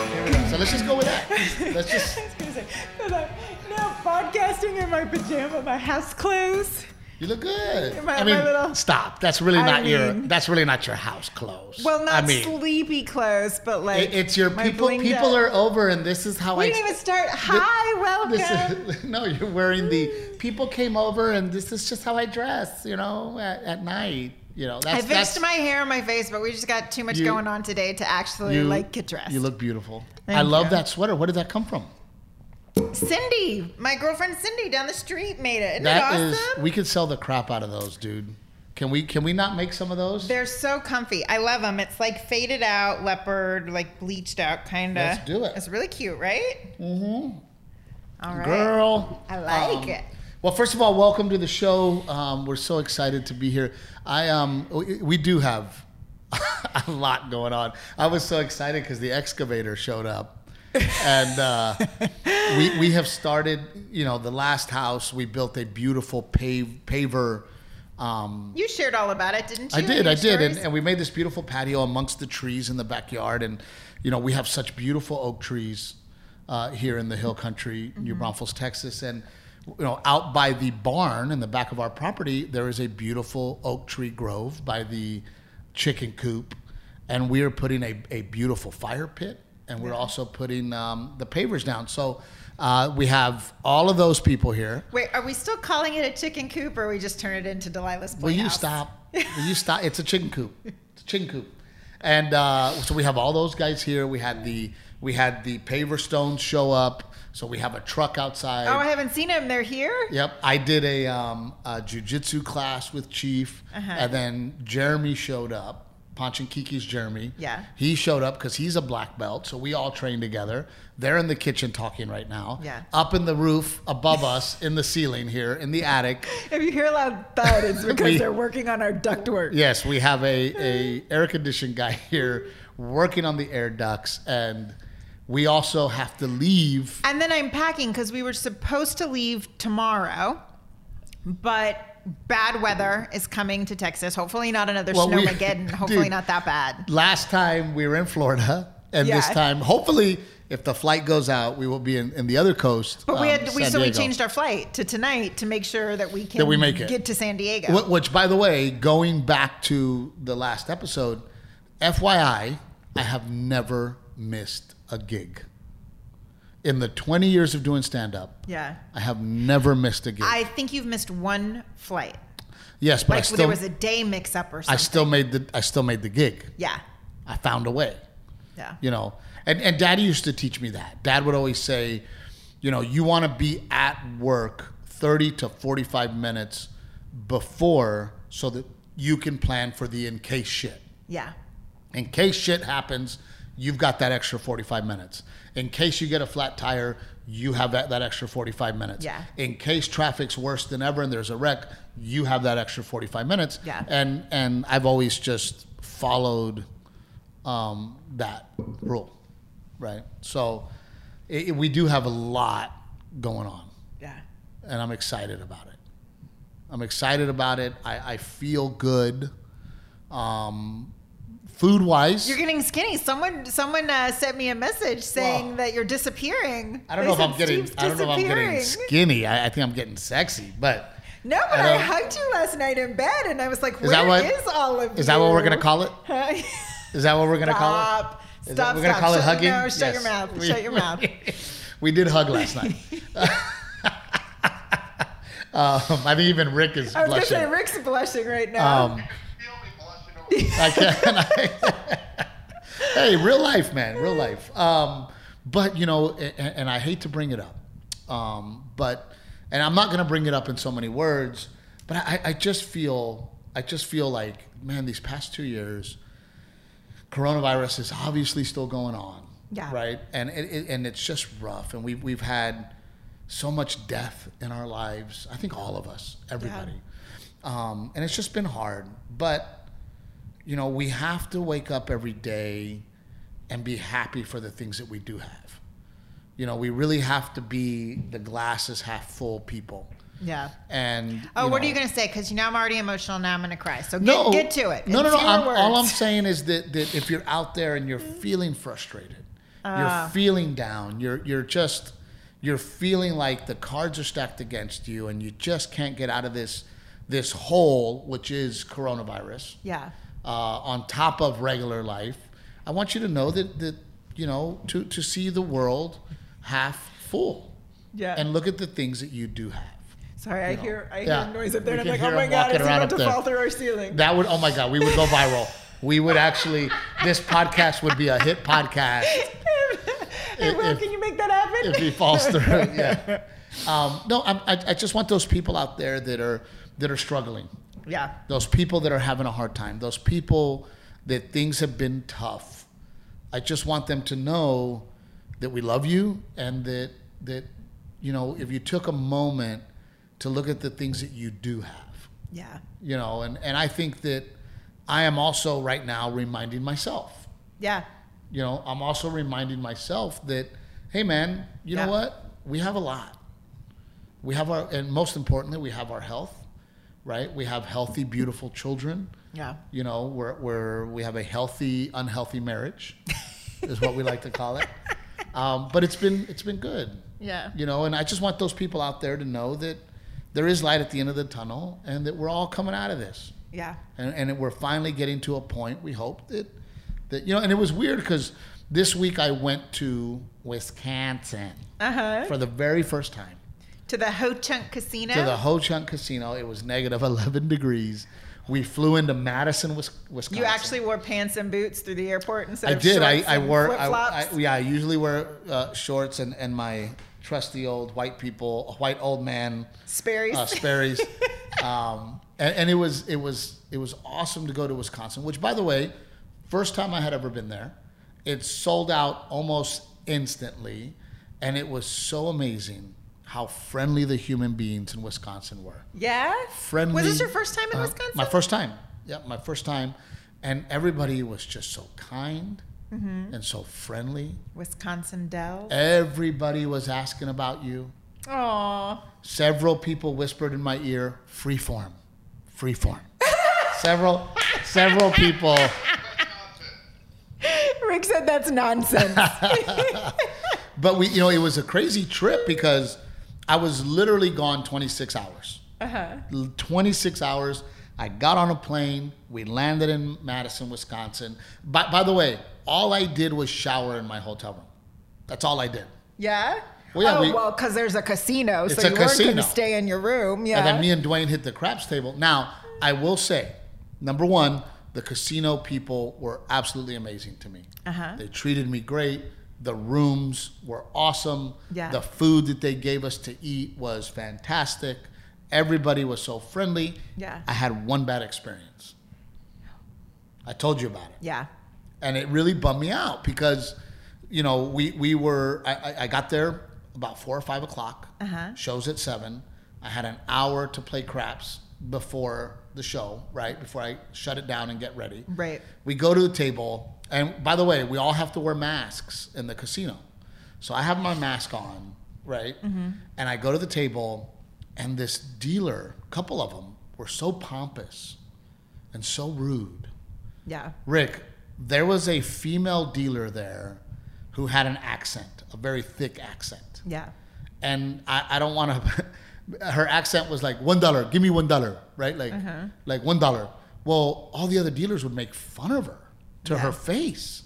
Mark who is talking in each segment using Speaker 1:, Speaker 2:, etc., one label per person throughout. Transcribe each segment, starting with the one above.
Speaker 1: Let's just go with that. Let's just.
Speaker 2: I was gonna say, but I, now podcasting in my pajama, my house clothes.
Speaker 1: You look good.
Speaker 2: My-
Speaker 1: I mean,
Speaker 2: my little-
Speaker 1: stop. That's really
Speaker 2: I
Speaker 1: not your.
Speaker 2: mean-
Speaker 1: That's really not your house clothes.
Speaker 2: Well, not
Speaker 1: I mean,
Speaker 2: sleepy clothes, but like
Speaker 1: it- it's your
Speaker 2: my
Speaker 1: people.
Speaker 2: blinged
Speaker 1: People
Speaker 2: out-
Speaker 1: are over, and this is how
Speaker 2: We
Speaker 1: I.
Speaker 2: didn't even start. Hi, welcome.
Speaker 1: This is, no, you're wearing the. People came over, and this is just how I dress. You know, at, at night. You know, that's
Speaker 2: I
Speaker 1: that's
Speaker 2: fixed my hair and my face, but we just got too much
Speaker 1: You-
Speaker 2: going on today to actually like get dressed.
Speaker 1: You look beautiful.
Speaker 2: Thank
Speaker 1: I love
Speaker 2: you.
Speaker 1: that sweater. Where did that come from?
Speaker 2: Cindy, my girlfriend Cindy down the street made it. Isn't
Speaker 1: That
Speaker 2: it
Speaker 1: is.
Speaker 2: awesome?
Speaker 1: We could sell the crap out of those, dude. Can we? Can we not make some of those?
Speaker 2: They're so comfy. I love them. It's like faded out leopard, like bleached out kind of.
Speaker 1: Let's do it.
Speaker 2: It's really cute, right?
Speaker 1: mm-hmm.
Speaker 2: All right.
Speaker 1: Girl. Um,
Speaker 2: I like it.
Speaker 1: Well, first of all, welcome to the show. Um, we're so excited to be here. I um, we, we do have a lot going on. I was so excited because the excavator showed up, and uh, we we have started. You know, the last house we built a beautiful pave paver. Um,
Speaker 2: You shared all about it, didn't you?
Speaker 1: I
Speaker 2: in
Speaker 1: did,
Speaker 2: your
Speaker 1: I did, and,
Speaker 2: stories?
Speaker 1: and we made this beautiful patio amongst the trees in the backyard, and you know we have such beautiful oak trees uh, here in the hill country, New
Speaker 2: Mm-hmm.
Speaker 1: Braunfels, Texas, and you know out by the barn in the back of our property there is a beautiful oak tree grove by the chicken coop, and we are putting a, a beautiful fire pit, and we're also putting um, the pavers down. So uh, we have all of those people here.
Speaker 2: Wait, are we still calling it a chicken coop, or we just turn it into Delilah's
Speaker 1: Will
Speaker 2: playhouse?
Speaker 1: you stop? Will you stop? It's a chicken coop. It's a chicken coop. And uh, so we have all those guys here. We had the we had the paver stones show up. So we have a truck outside.
Speaker 2: Oh, I haven't seen them. They're here.
Speaker 1: Yep, I did a, um, a jujitsu class with Chief,
Speaker 2: Uh-huh.
Speaker 1: and then Jeremy showed up. Ponch and Kiki's Jeremy.
Speaker 2: Yeah.
Speaker 1: he showed up because he's a black belt, so we all trained together. They're in the kitchen talking right now.
Speaker 2: Yeah.
Speaker 1: up in the roof above us, in the ceiling here, in the attic.
Speaker 2: If you hear a loud thud, it's because
Speaker 1: We-
Speaker 2: they're working on our ductwork.
Speaker 1: Yes, we have a, a air conditioned guy here working on the air ducts, and we also have to leave.
Speaker 2: And then I'm packing because we were supposed to leave tomorrow, but bad weather is coming to Texas. Hopefully not another
Speaker 1: Well, we-
Speaker 2: snowmageddon. Hopefully
Speaker 1: Dude.
Speaker 2: not that bad.
Speaker 1: Last time we were in Florida, and this
Speaker 2: Yeah.
Speaker 1: time, hopefully, if the flight goes out, we will be in, in the other coast.
Speaker 2: But we
Speaker 1: um,
Speaker 2: had we
Speaker 1: San
Speaker 2: so we
Speaker 1: Diego.
Speaker 2: changed our flight to tonight to make sure that we can
Speaker 1: we make it.
Speaker 2: get to San Diego.
Speaker 1: Wh- Which, by the way, going back to the last episode, FYI, I have never missed a gig. In the 20 years of doing stand up,
Speaker 2: Yeah.
Speaker 1: I have never missed a gig.
Speaker 2: I think you've missed one flight.
Speaker 1: yes, but I
Speaker 2: Like
Speaker 1: still
Speaker 2: there was a day mix up or something.
Speaker 1: I still made the I still made the gig.
Speaker 2: yeah.
Speaker 1: I found a way.
Speaker 2: Yeah.
Speaker 1: You know, and and Daddy used to teach me that. Dad would always say, you know, you want to be at work thirty to forty five minutes before, so that you can plan for the in case shit.
Speaker 2: Yeah.
Speaker 1: In case shit happens, you've got that extra 45 minutes. In case you get a flat tire, you have that, that extra 45 minutes.
Speaker 2: Yeah.
Speaker 1: In case traffic's worse than ever and there's a wreck, you have that extra 45 minutes.
Speaker 2: Yeah.
Speaker 1: And and I've always just followed um, that rule, right? So it, it- we do have a lot going on,
Speaker 2: Yeah.
Speaker 1: and I'm excited about it. I'm excited about it. I, I feel good. Um, food wise,
Speaker 2: You're getting skinny. Someone someone uh, sent me a message saying
Speaker 1: Wow.
Speaker 2: that you're disappearing.
Speaker 1: I don't
Speaker 2: They
Speaker 1: know if
Speaker 2: said
Speaker 1: I'm getting.
Speaker 2: Steve's
Speaker 1: I don't know if I'm getting
Speaker 2: disappearing.
Speaker 1: skinny. I, I think I'm getting sexy. But
Speaker 2: No, but
Speaker 1: I
Speaker 2: I,
Speaker 1: don't-
Speaker 2: hugged you last night in bed, and I was like,
Speaker 1: Is
Speaker 2: "Where is
Speaker 1: that what-
Speaker 2: all of you?"
Speaker 1: is that what we're gonna call it?
Speaker 2: Huh?
Speaker 1: Is that what we're gonna call it?
Speaker 2: Stop.
Speaker 1: Is
Speaker 2: Stop.
Speaker 1: that- we're gonna
Speaker 2: stop.
Speaker 1: call it
Speaker 2: Shut-
Speaker 1: hugging.
Speaker 2: No, shut your
Speaker 1: Yes.
Speaker 2: mouth.
Speaker 1: We-
Speaker 2: shut your mouth.
Speaker 1: we did hug last night. um, I think even Rick is
Speaker 2: I was going to
Speaker 1: blushing.
Speaker 2: say, Rick's blushing right now.
Speaker 1: um,
Speaker 3: feel me blushing over here.
Speaker 1: I can. I, hey, real life, man, real life. Um, but you know, and, and I hate to bring it up, um, but and I'm not gonna bring it up in so many words, but I, I just feel, I just feel like, man, these past two years, coronavirus is obviously still going on,
Speaker 2: Yeah.
Speaker 1: right? And it, it, and it's just rough, and we've we've had so much death in our lives. I think all of us, everybody. Um, and it's just been hard, but you know, we have to wake up every day and be happy for the things that we do have. You know, we really have to be the glasses half full people.
Speaker 2: yeah.
Speaker 1: And
Speaker 2: Oh, what are you
Speaker 1: know-
Speaker 2: going to say? Because you know I'm already emotional. Now I'm going to cry. So get,
Speaker 1: no,
Speaker 2: get to it.
Speaker 1: No, no,
Speaker 2: It's
Speaker 1: no.
Speaker 2: your
Speaker 1: I'm, all I'm
Speaker 2: words.
Speaker 1: saying is that, that if you're out there and you're feeling frustrated,
Speaker 2: Ah.
Speaker 1: you're feeling down. You're you're just you're feeling like the cards are stacked against you, and you just can't get out of this this hole, which is coronavirus
Speaker 2: Yeah.
Speaker 1: uh, on top of regular life. I want you to know that that you know to to see the world half full.
Speaker 2: Yeah.
Speaker 1: And look at the things that you do have.
Speaker 2: Sorry, I
Speaker 1: know.
Speaker 2: hear I
Speaker 1: Yeah.
Speaker 2: hear noise up there,
Speaker 1: We
Speaker 2: and I'm
Speaker 1: can
Speaker 2: like,
Speaker 1: hear
Speaker 2: oh my
Speaker 1: him
Speaker 2: god,
Speaker 1: walking
Speaker 2: it's
Speaker 1: around
Speaker 2: about
Speaker 1: up
Speaker 2: to
Speaker 1: there.
Speaker 2: fall through our ceiling.
Speaker 1: That would oh my god, we would go viral. We would actually this podcast would be a hit podcast
Speaker 2: hey, Will,
Speaker 1: if-
Speaker 2: can you make that happen?
Speaker 1: if he falls through. Yeah. Um, no, I'm- I, I just want those people out there that are that are struggling.
Speaker 2: yeah.
Speaker 1: those people that are having a hard time, those people that things have been tough. I just want them to know that we love you and that that you know if you took a moment to look at the things that you do have,
Speaker 2: Yeah.
Speaker 1: you know, and and I think that I am also right now reminding myself.
Speaker 2: Yeah.
Speaker 1: You know, I'm also reminding myself that hey man, you
Speaker 2: Yeah.
Speaker 1: know what? We have a lot. We have our and most importantly, we have our health, right? We have healthy beautiful children
Speaker 2: Yeah.
Speaker 1: you know, we're, we're, we have a healthy, unhealthy marriage, is what we like to call it. Um, but it's been, it's been good,
Speaker 2: Yeah.
Speaker 1: you know, and I just want those people out there to know that there is light at the end of the tunnel and that we're all coming out of this.
Speaker 2: Yeah.
Speaker 1: And, and that we're finally getting to a point, we hope that, that you know, and it was weird because this week I went to Wisconsin
Speaker 2: Uh huh.
Speaker 1: for the very first time
Speaker 2: To the Ho Chunk Casino.
Speaker 1: to the Ho Chunk Casino. It was negative 11 degrees. We flew into Madison, Wis- Wisconsin.
Speaker 2: you actually wore pants and boots through the airport instead
Speaker 1: I
Speaker 2: of
Speaker 1: did. I,
Speaker 2: shorts
Speaker 1: I
Speaker 2: and
Speaker 1: wore. I, I,
Speaker 2: flip-flops?
Speaker 1: yeah, I usually wear uh, shorts and, and my trusty old white people, white old man
Speaker 2: Sperry's.
Speaker 1: uh, Sperry's. um, and, and it was it was it was awesome to go to Wisconsin. Which, by the way, first time I had ever been there. It sold out almost instantly, and it was so amazing how friendly the human beings in Wisconsin were
Speaker 2: yeah.
Speaker 1: friendly.
Speaker 2: Was this your first time in
Speaker 1: uh,
Speaker 2: Wisconsin?
Speaker 1: My first time. Yeah, my first time, and everybody was just so kind
Speaker 2: Mm-hmm.
Speaker 1: and so friendly.
Speaker 2: Wisconsin Dell.
Speaker 1: Everybody was asking about you.
Speaker 2: Aww.
Speaker 1: Several people whispered in my ear, "Free form, free form." several, several people.
Speaker 2: Rick said that's nonsense.
Speaker 1: But we, you know, it was a crazy trip because I was literally gone 26 hours.
Speaker 2: uh-huh.
Speaker 1: L- 26 hours. I got on a plane. We landed in Madison, Wisconsin. By, by the way, all I did was shower in my hotel room. That's all I did.
Speaker 2: Yeah.
Speaker 1: Well, yeah,
Speaker 2: oh
Speaker 1: we-
Speaker 2: well, because there's a casino,
Speaker 1: It's
Speaker 2: so
Speaker 1: a
Speaker 2: you weren't going
Speaker 1: casino.
Speaker 2: to stay in your room. Yeah.
Speaker 1: And then me and Dwayne hit the craps table. Now, I will say, number one, the casino people were absolutely amazing to me.
Speaker 2: Uh-huh.
Speaker 1: They treated me great. The rooms were awesome.
Speaker 2: Yeah.
Speaker 1: The food that they gave us to eat was fantastic. Everybody was so friendly.
Speaker 2: Yeah.
Speaker 1: I had one bad experience. I told you about it.
Speaker 2: yeah.
Speaker 1: and it really bummed me out because you know we we were I- I, I got there about four or five o'clock.
Speaker 2: Uh-huh.
Speaker 1: Shows at seven. I had an hour to play craps before the show, right before I shut it down and get ready.
Speaker 2: Right.
Speaker 1: We go to the table, and by the way, we all have to wear masks in the casino. So I have my mask on, right?
Speaker 2: Mm-hmm.
Speaker 1: And I go to the table, and this dealer, couple of them, were so pompous and so rude.
Speaker 2: Yeah.
Speaker 1: Rick, there was a female dealer there who had an accent, a very thick accent.
Speaker 2: Yeah.
Speaker 1: And I, I don't want to, her accent was like, one dollar, give me one dollar, right? Like, like one dollar. Well, all the other dealers would make fun of her to her face.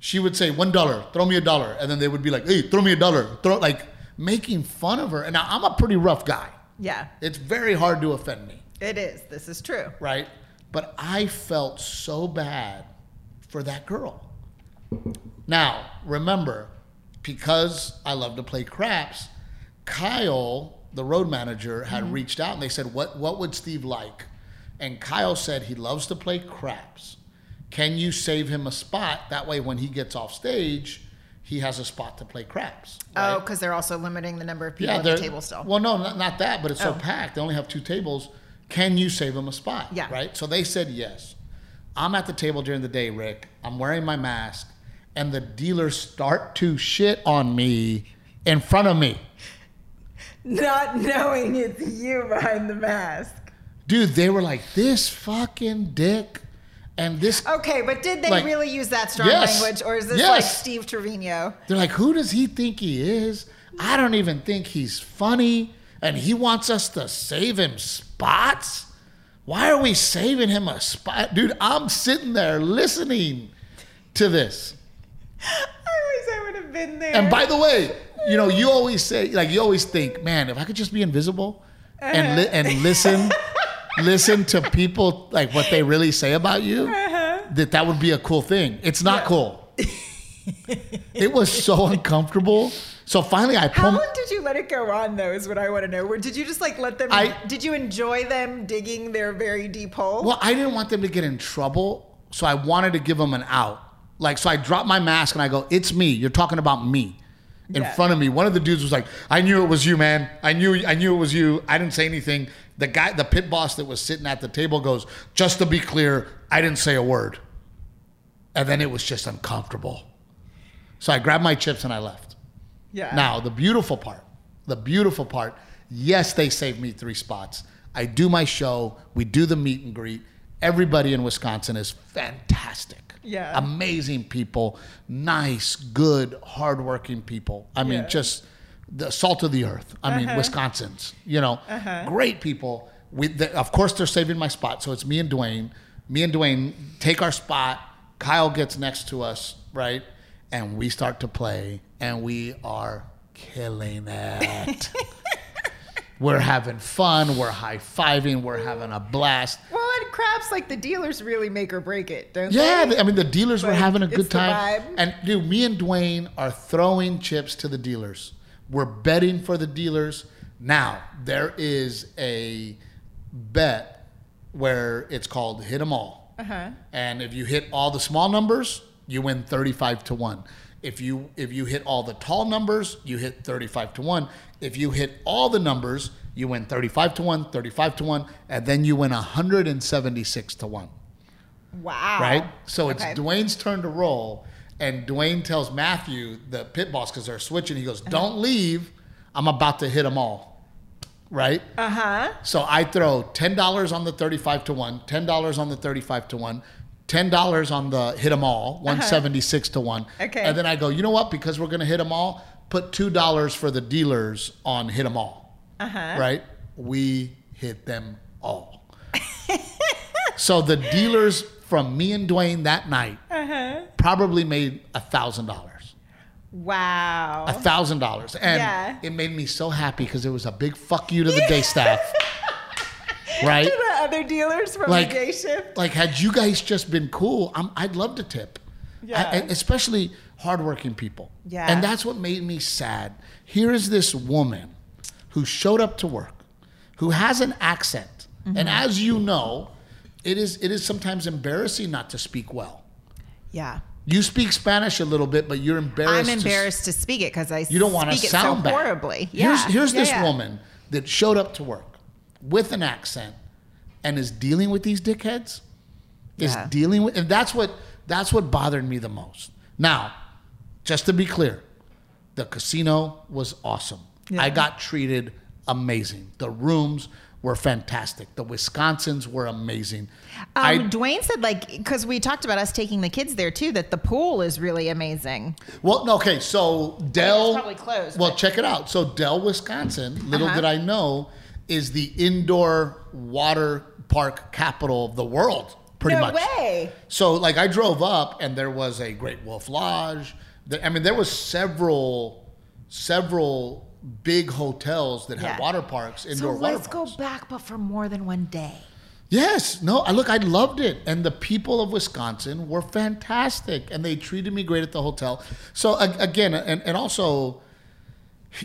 Speaker 1: She would say, one dollar, throw me a dollar. And then they would be like, hey, throw me a dollar. Throw, like making fun of her. And now I'm a pretty rough guy.
Speaker 2: Yeah.
Speaker 1: It's very hard to offend me
Speaker 2: It is. This is true.
Speaker 1: right? But I felt so bad for that girl. Now, remember, because I love to play craps, Kyle, the road manager, had reached out and they said, what, what would Steve like? And Kyle said he loves to play craps. Can you save him a spot? That way, when he gets off stage, he has a spot to play craps.
Speaker 2: Oh,
Speaker 1: right?
Speaker 2: because they're also limiting the number of people at the
Speaker 1: they're-
Speaker 2: table still.
Speaker 1: Well, no, not, not that, but it's
Speaker 2: Oh.
Speaker 1: so packed. They only have two tables. Can you save them a spot?
Speaker 2: Yeah.
Speaker 1: Right? So they said yes. I'm at the table during the day, Rick. I'm wearing my mask, and the dealers start to shit on me in front of me.
Speaker 2: Not knowing it's you behind the mask.
Speaker 1: Dude, they were like, this fucking dick. And this,
Speaker 2: Okay, but did they
Speaker 1: Like-
Speaker 2: really use that strong
Speaker 1: Yes.
Speaker 2: language, or is this like
Speaker 1: Yes.
Speaker 2: Steve Trevino?
Speaker 1: they're like, who does he think he is? I don't even think he's funny. And he wants us to save him spots? Why are we saving him a spot? Dude, I'm sitting there listening to this.
Speaker 2: I wish I would have been there.
Speaker 1: And by the way, you know, you always say, like, you always think, man, if I could just be invisible and li- and listen, listen to people like what they really say about you, that that would be a cool thing. It's not cool. it was so uncomfortable. So finally, I
Speaker 2: how
Speaker 1: pulled.
Speaker 2: long did you let it go on though? Is what I want to know. Where did you just like let them?
Speaker 1: I-
Speaker 2: did you enjoy them digging their very deep hole?
Speaker 1: Well, I didn't want them to get in trouble, so I wanted to give them an out. Like, so I dropped my mask and I go, "It's me. You're talking about me." In
Speaker 2: Yeah.
Speaker 1: front of me, one of the dudes was like, "I knew it was you, man. I knew, I knew it was you. I didn't say anything." The guy, the pit boss that was sitting at the table, goes, "Just to be clear, I didn't say a word." And then it was just uncomfortable. So I grabbed my chips and I left.
Speaker 2: yeah.
Speaker 1: Now, the beautiful part, the beautiful part, yes, they saved me three spots. I do my show, we do the meet and greet. Everybody in Wisconsin is fantastic.
Speaker 2: Yeah.
Speaker 1: Amazing people, nice, good, hardworking people. I mean,
Speaker 2: Yeah.
Speaker 1: just the salt of the earth. I mean, Wisconsins, you know, great people. We, the, of course, they're saving my spot. So it's me and Dwayne. Me and Dwayne take our spot. Kyle gets next to us, right? And we start to play, and we are killing it. we're having fun. We're high fiving. We're having a blast.
Speaker 2: Well, at craps, like the dealers really make or break it, don't
Speaker 1: Yeah,
Speaker 2: they?
Speaker 1: I mean the dealers were
Speaker 2: Like,
Speaker 1: having a
Speaker 2: it's
Speaker 1: good
Speaker 2: the
Speaker 1: time.
Speaker 2: vibe.
Speaker 1: And dude, me and Dwayne are throwing chips to the dealers. We're betting for the dealers. Now there is a bet where it's called hit 'em all.
Speaker 2: Uh-huh.
Speaker 1: And if you hit all the small numbers, you win thirty-five to one. If you if you hit all the tall numbers, you hit thirty-five to one. If you hit all the numbers, you win thirty-five to one, 35 to one, and then you win hundred and seventy-six to one
Speaker 2: Wow.
Speaker 1: right? So it's
Speaker 2: Okay.
Speaker 1: Dwayne's turn to roll, and Dwayne tells Matthew, the pit boss, because they're switching. He
Speaker 2: Uh-huh.
Speaker 1: goes, "Don't leave. I'm about to hit them all." Right?
Speaker 2: Uh huh.
Speaker 1: So I throw ten dollars on the thirty-five to one, ten dollars on the thirty-five to one, ten dollars on the hit 'em all, one seventy-six to one.
Speaker 2: Okay.
Speaker 1: And then I go, you know what? Because we're gonna hit 'em all, put two dollars for the dealers on hit 'em all. Uh-huh. Right? We hit them all. so the dealers from me and Dwayne that night probably made a thousand dollars a
Speaker 2: Wow.
Speaker 1: thousand dollars and
Speaker 2: Oh. Yeah.
Speaker 1: it made me so happy because it was a big fuck you to the day staff right
Speaker 2: To the other dealers from
Speaker 1: Like-
Speaker 2: the day shift.
Speaker 1: like had you guys just been cool I'm, i'd love to tip
Speaker 2: Yeah.
Speaker 1: I- and especially hardworking people
Speaker 2: Yeah.
Speaker 1: and that's what made me sad here is this woman who showed up to work who has an accent and
Speaker 2: Mm-hmm.
Speaker 1: as you know it is it is sometimes embarrassing not to speak well
Speaker 2: Yeah.
Speaker 1: you speak spanish a little bit but you're embarrassed
Speaker 2: I'm
Speaker 1: to s-
Speaker 2: embarrassed to speak it because I
Speaker 1: you don't want to
Speaker 2: speak it
Speaker 1: sound
Speaker 2: so
Speaker 1: bad.
Speaker 2: horribly.
Speaker 1: Here's,
Speaker 2: Yeah.
Speaker 1: here's
Speaker 2: Yeah,
Speaker 1: this
Speaker 2: yeah.
Speaker 1: woman that showed up to work with an accent and is dealing with these dickheads. Is
Speaker 2: Yeah.
Speaker 1: dealing with, and that's what that's what bothered me the most. Now, just to be clear, the casino was awesome.
Speaker 2: Yeah.
Speaker 1: I got treated amazing. The rooms were fantastic. The Wisconsins were amazing.
Speaker 2: Um,
Speaker 1: I
Speaker 2: Dwayne said, like, because we talked about us taking the kids there too, that the pool is really amazing.
Speaker 1: Well, no, okay, so Dell.
Speaker 2: probably closed,
Speaker 1: Well,
Speaker 2: but-
Speaker 1: check it out. So Dell, Wisconsin. Little
Speaker 2: Uh-huh.
Speaker 1: did I know, is the indoor water park capital of the world, pretty
Speaker 2: no
Speaker 1: much.
Speaker 2: way.
Speaker 1: So, like, I drove up and there was a Great Wolf Lodge. There- I mean, there was several, several big hotels that had
Speaker 2: Yeah.
Speaker 1: water parks,
Speaker 2: So
Speaker 1: indoor water
Speaker 2: let's
Speaker 1: parks.
Speaker 2: go back, but for more than one day.
Speaker 1: Yes. No, I look, I loved it. And the people of Wisconsin were fantastic and they treated me great at the hotel. So a- again, and, and also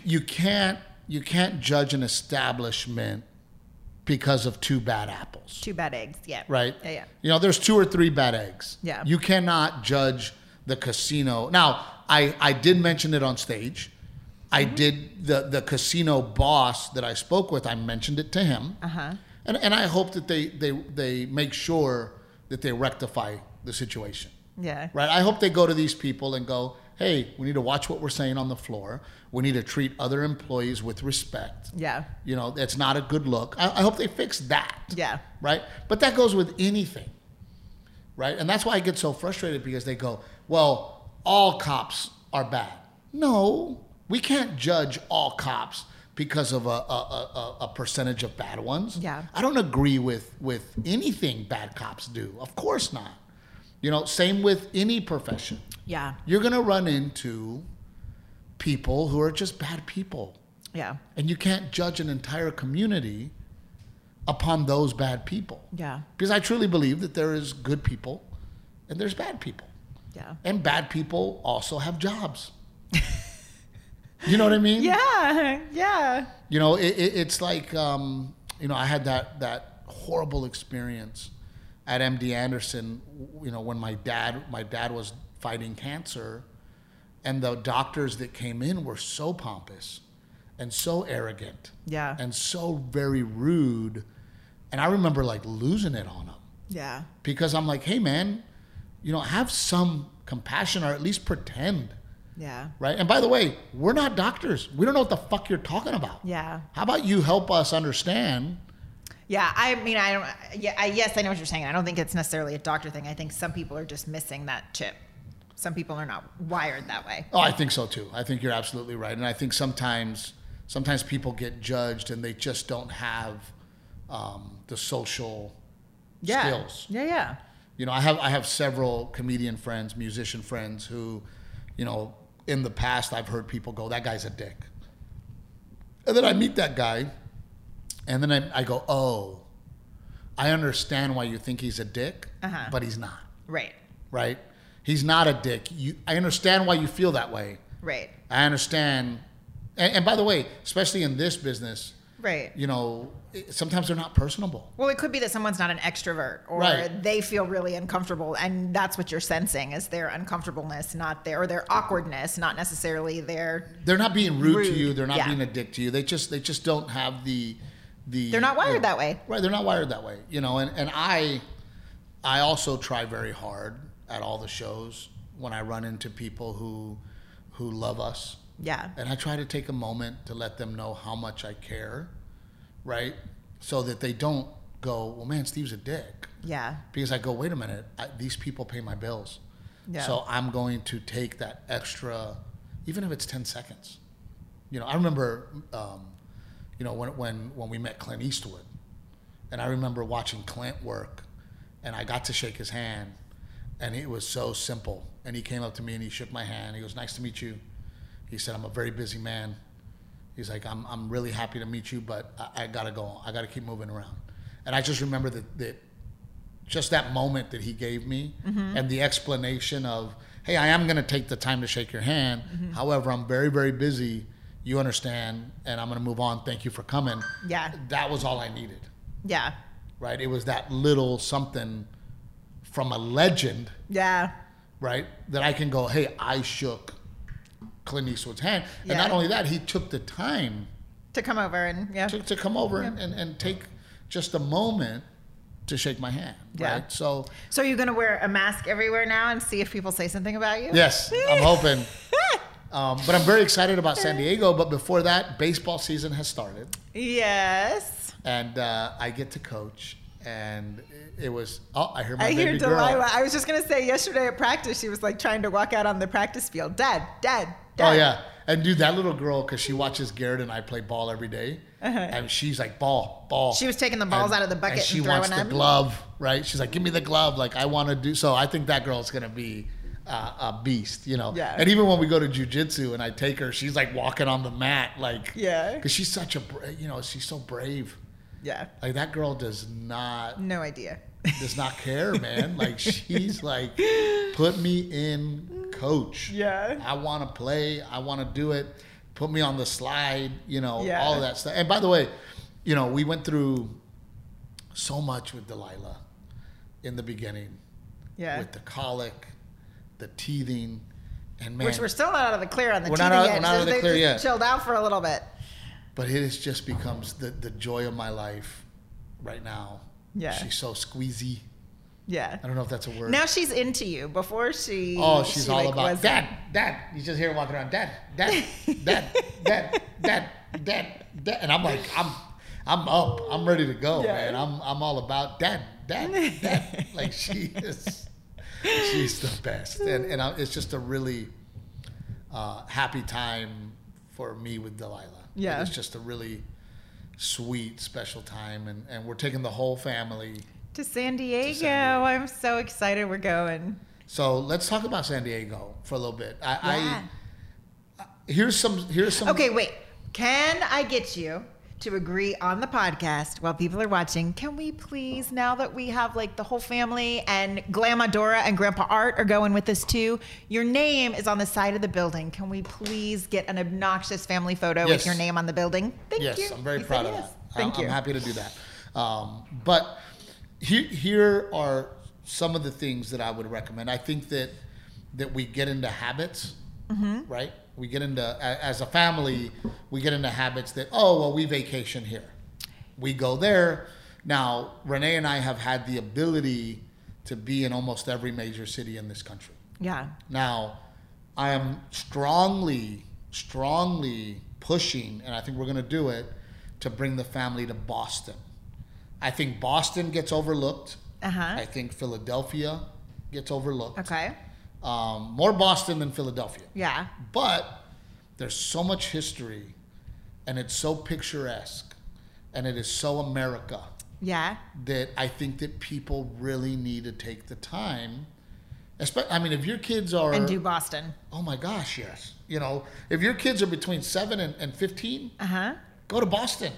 Speaker 1: you can't you can't judge an establishment because of two bad apples.
Speaker 2: Two bad eggs. Yeah.
Speaker 1: Right?
Speaker 2: Yeah. yeah.
Speaker 1: You know, there's two or three bad eggs.
Speaker 2: Yeah.
Speaker 1: You cannot judge the casino. Now, I, I did mention it on stage. I
Speaker 2: Mm-hmm.
Speaker 1: did the the casino boss that I spoke with, I mentioned it to him.
Speaker 2: Uh-huh.
Speaker 1: And, and I hope that they, they, they make sure that they rectify the situation,
Speaker 2: Yeah.
Speaker 1: right? I hope they go to these people and go, hey, we need to watch what we're saying on the floor. We need to treat other employees with respect.
Speaker 2: Yeah.
Speaker 1: You know, that's not a good look. I, I hope they fix that.
Speaker 2: Yeah.
Speaker 1: Right? But that goes with anything. right? And that's why I get so frustrated because they go, well, all cops are bad. No, we can't judge all cops because of a, a, a, a- a percentage of bad ones.
Speaker 2: Yeah.
Speaker 1: I don't agree with, with anything bad cops do. Of course not. You know, same with any profession.
Speaker 2: Yeah.
Speaker 1: You're going to run into people who are just bad people.
Speaker 2: Yeah.
Speaker 1: And you can't judge an entire community upon those bad people.
Speaker 2: Yeah.
Speaker 1: Because I truly believe that there is good people and there's bad people.
Speaker 2: Yeah.
Speaker 1: And bad people also have jobs. you know what I mean?
Speaker 2: Yeah. Yeah.
Speaker 1: You know, it, it, it's like, um, you know, I had that, that horrible experience at MD Anderson, w- you know, when my dad, my dad was fighting cancer and the doctors that came in were so pompous and so arrogant
Speaker 2: Yeah.
Speaker 1: and so very rude. And I remember like losing it on them
Speaker 2: Yeah.
Speaker 1: because I'm like, hey man, you know, have some compassion or at least pretend,
Speaker 2: Yeah.
Speaker 1: right? And by the way, we're not doctors. We don't know what the fuck you're talking about.
Speaker 2: Yeah.
Speaker 1: How about you help us understand?
Speaker 2: Yeah, I mean, I don't. Yeah, I, yes, I know what you're saying. I don't think it's necessarily a doctor thing. I think some people are just missing that chip. Some people are not wired that way.
Speaker 1: Oh, I think so too. I think you're absolutely right. And I think sometimes sometimes people get judged and they just don't have um, the social
Speaker 2: Yeah.
Speaker 1: skills.
Speaker 2: Yeah, yeah,
Speaker 1: You know, I have I have several comedian friends, musician friends who, you know, in the past I've heard people go, "That guy's a dick," and then I meet that guy, and then I, I go, "Oh, I understand why you think he's a dick,
Speaker 2: Uh-huh.
Speaker 1: but he's not,
Speaker 2: right,
Speaker 1: right? He's not a dick. You, I understand why you feel that way.
Speaker 2: right,
Speaker 1: I understand." And, and by the way, especially in this business,
Speaker 2: right.
Speaker 1: you know, it- sometimes they're not personable.
Speaker 2: Well, it could be that someone's not an extrovert, or
Speaker 1: Right.
Speaker 2: they feel really uncomfortable, and that's what you're sensing is their uncomfortableness, not their or their awkwardness, not necessarily their.
Speaker 1: they're not being rude, to
Speaker 2: Rude,
Speaker 1: you. They're not
Speaker 2: yeah.
Speaker 1: being a dick to you. They just they just don't have the the.
Speaker 2: They're not wired
Speaker 1: the-
Speaker 2: that way.
Speaker 1: Right. They're not wired that way. You know, and and I I also try very hard at all the shows when I run into people who who love us,
Speaker 2: Yeah,
Speaker 1: and I try to take a moment to let them know how much I care, right? So that they don't go, well, man, Steve's a dick
Speaker 2: yeah,
Speaker 1: because I go, wait a minute, I, these people pay my bills.
Speaker 2: Yeah.
Speaker 1: So I'm going to take that extra, even if it's 10 seconds. You know, I remember, um, you know, when, when, when we met Clint Eastwood, and I remember watching Clint work, and I got to shake his hand, and it was so simple. And he came up to me and he shook my hand. He goes, Nice to meet you. He said, I'm a very busy man. He's like, I'm, I'm really happy to meet you, but I, I gotta go. I gotta keep moving around. And I just remember that, that just that moment that he gave me and the explanation of, hey, I am gonna take the time to shake your hand. However, I'm very, very busy. You understand, and I'm gonna move on. Thank you for coming.
Speaker 2: Yeah.
Speaker 1: That was all I needed,
Speaker 2: yeah,
Speaker 1: right? It was that little something from a legend
Speaker 2: yeah,
Speaker 1: right? That I can go, hey, I shook Clint Eastwood's hand. And
Speaker 2: Yeah.
Speaker 1: not only that, he took the time
Speaker 2: to come over and yeah,
Speaker 1: to, to come over and, and, and take just a moment to shake my hand,
Speaker 2: Yeah.
Speaker 1: right? So,
Speaker 2: So are you going to wear a mask everywhere now and see if people say something about you?
Speaker 1: yes, I'm hoping. Um, but I'm very excited about San Diego. But before that, baseball season has started,
Speaker 2: yes.
Speaker 1: and uh, I get to coach. And it- it was oh, I hear my
Speaker 2: I
Speaker 1: baby
Speaker 2: hear
Speaker 1: girl.
Speaker 2: Delilah. I was just going to say yesterday at practice, she was like trying to walk out on the practice field. Dad, dad, dad.
Speaker 1: Oh yeah, and dude, that little girl, because she watches Garrett and I play ball every day, and she's like ball, ball.
Speaker 2: Uh-huh. She was taking the balls out of the bucket
Speaker 1: she
Speaker 2: and throwing
Speaker 1: wants
Speaker 2: them.
Speaker 1: the glove, right? She's like, give me the glove. Like I want to do. So I think that girl's gonna be uh, a beast, you know.
Speaker 2: Yeah.
Speaker 1: And even when we go to jujitsu and I take her, she's like walking on the mat, like
Speaker 2: Yeah.
Speaker 1: because she's such a, bra- you know, she's so brave.
Speaker 2: Yeah.
Speaker 1: Like that girl does not
Speaker 2: No idea.
Speaker 1: does not care, man. Like she's like, put me in coach.
Speaker 2: Yeah.
Speaker 1: I want to play. I want to do it. Put me on the slide. You know,
Speaker 2: Yeah.
Speaker 1: all of that stuff. And by the way, you know, we went through so much with Delilah in the beginning
Speaker 2: Yeah.
Speaker 1: with the colic, the teething, and man,
Speaker 2: Which we're still not out of the clear on the
Speaker 1: We're
Speaker 2: TV
Speaker 1: not out-
Speaker 2: yet.
Speaker 1: we're not out of
Speaker 2: so
Speaker 1: the
Speaker 2: they
Speaker 1: clear
Speaker 2: just
Speaker 1: yet.
Speaker 2: Chilled out for a little bit.
Speaker 1: but it has just becomes the the joy of my life right now.
Speaker 2: Yeah.
Speaker 1: she's so squeezy.
Speaker 2: Yeah.
Speaker 1: I don't know if that's a word.
Speaker 2: Now she's into you. Before she.
Speaker 1: Oh, she's
Speaker 2: she,
Speaker 1: all
Speaker 2: like,
Speaker 1: about
Speaker 2: wasn't.
Speaker 1: dad, dad. You just hear her walking around, dad, dad, dad, dad, dad, dad, dad, and I'm like, I'm, I'm up, I'm ready to go,
Speaker 2: Yeah.
Speaker 1: man. I'm, I'm all about dad, that, that, like she is, she's the best. And, and I, it's just a really uh, happy time for me with Delilah. Like,
Speaker 2: Yeah.
Speaker 1: it's just a really sweet, special time. And, and we're taking the whole family.
Speaker 2: To San Diego.
Speaker 1: Diego.
Speaker 2: I'm so excited we're going.
Speaker 1: So let's talk about San Diego for a little bit. I, I
Speaker 2: Yeah.
Speaker 1: here's some, here's some.
Speaker 2: Okay, wait. Can I get you to agree on the podcast while people are watching? Can we please, now that we have like the whole family and Glamadora and Grandpa Art are going with us too, your name is on the side of the building. Can we please get an obnoxious family photo
Speaker 1: Yes.
Speaker 2: with your name on the building? Thank
Speaker 1: yes,
Speaker 2: you.
Speaker 1: I'm very
Speaker 2: You said
Speaker 1: proud of
Speaker 2: yes.
Speaker 1: that.
Speaker 2: Thank
Speaker 1: I'm,
Speaker 2: you.
Speaker 1: I'm happy to do that. Um, but here, here are some of the things that I would recommend. I think that that we get into habits,
Speaker 2: Mm-hmm.
Speaker 1: right? We get into a- as a family, we get into habits that oh well, we vacation here, we go there. Now Renee and I have had the ability to be in almost every major city in this country.
Speaker 2: Yeah.
Speaker 1: Now, I am strongly, strongly pushing, and I think we're going to do it, to bring the family to Boston. I think Boston gets overlooked.
Speaker 2: Uh-huh.
Speaker 1: I think Philadelphia gets overlooked.
Speaker 2: Okay.
Speaker 1: Um, more Boston than Philadelphia.
Speaker 2: Yeah.
Speaker 1: But there's so much history, and it's so picturesque, and it is so America
Speaker 2: Yeah.
Speaker 1: that I think that people really need to take the time. Espe- I mean, if your kids are
Speaker 2: And do Boston.
Speaker 1: Oh my gosh, yes. You know, if your kids are between seven and, and 15,
Speaker 2: Uh huh.
Speaker 1: go to Boston.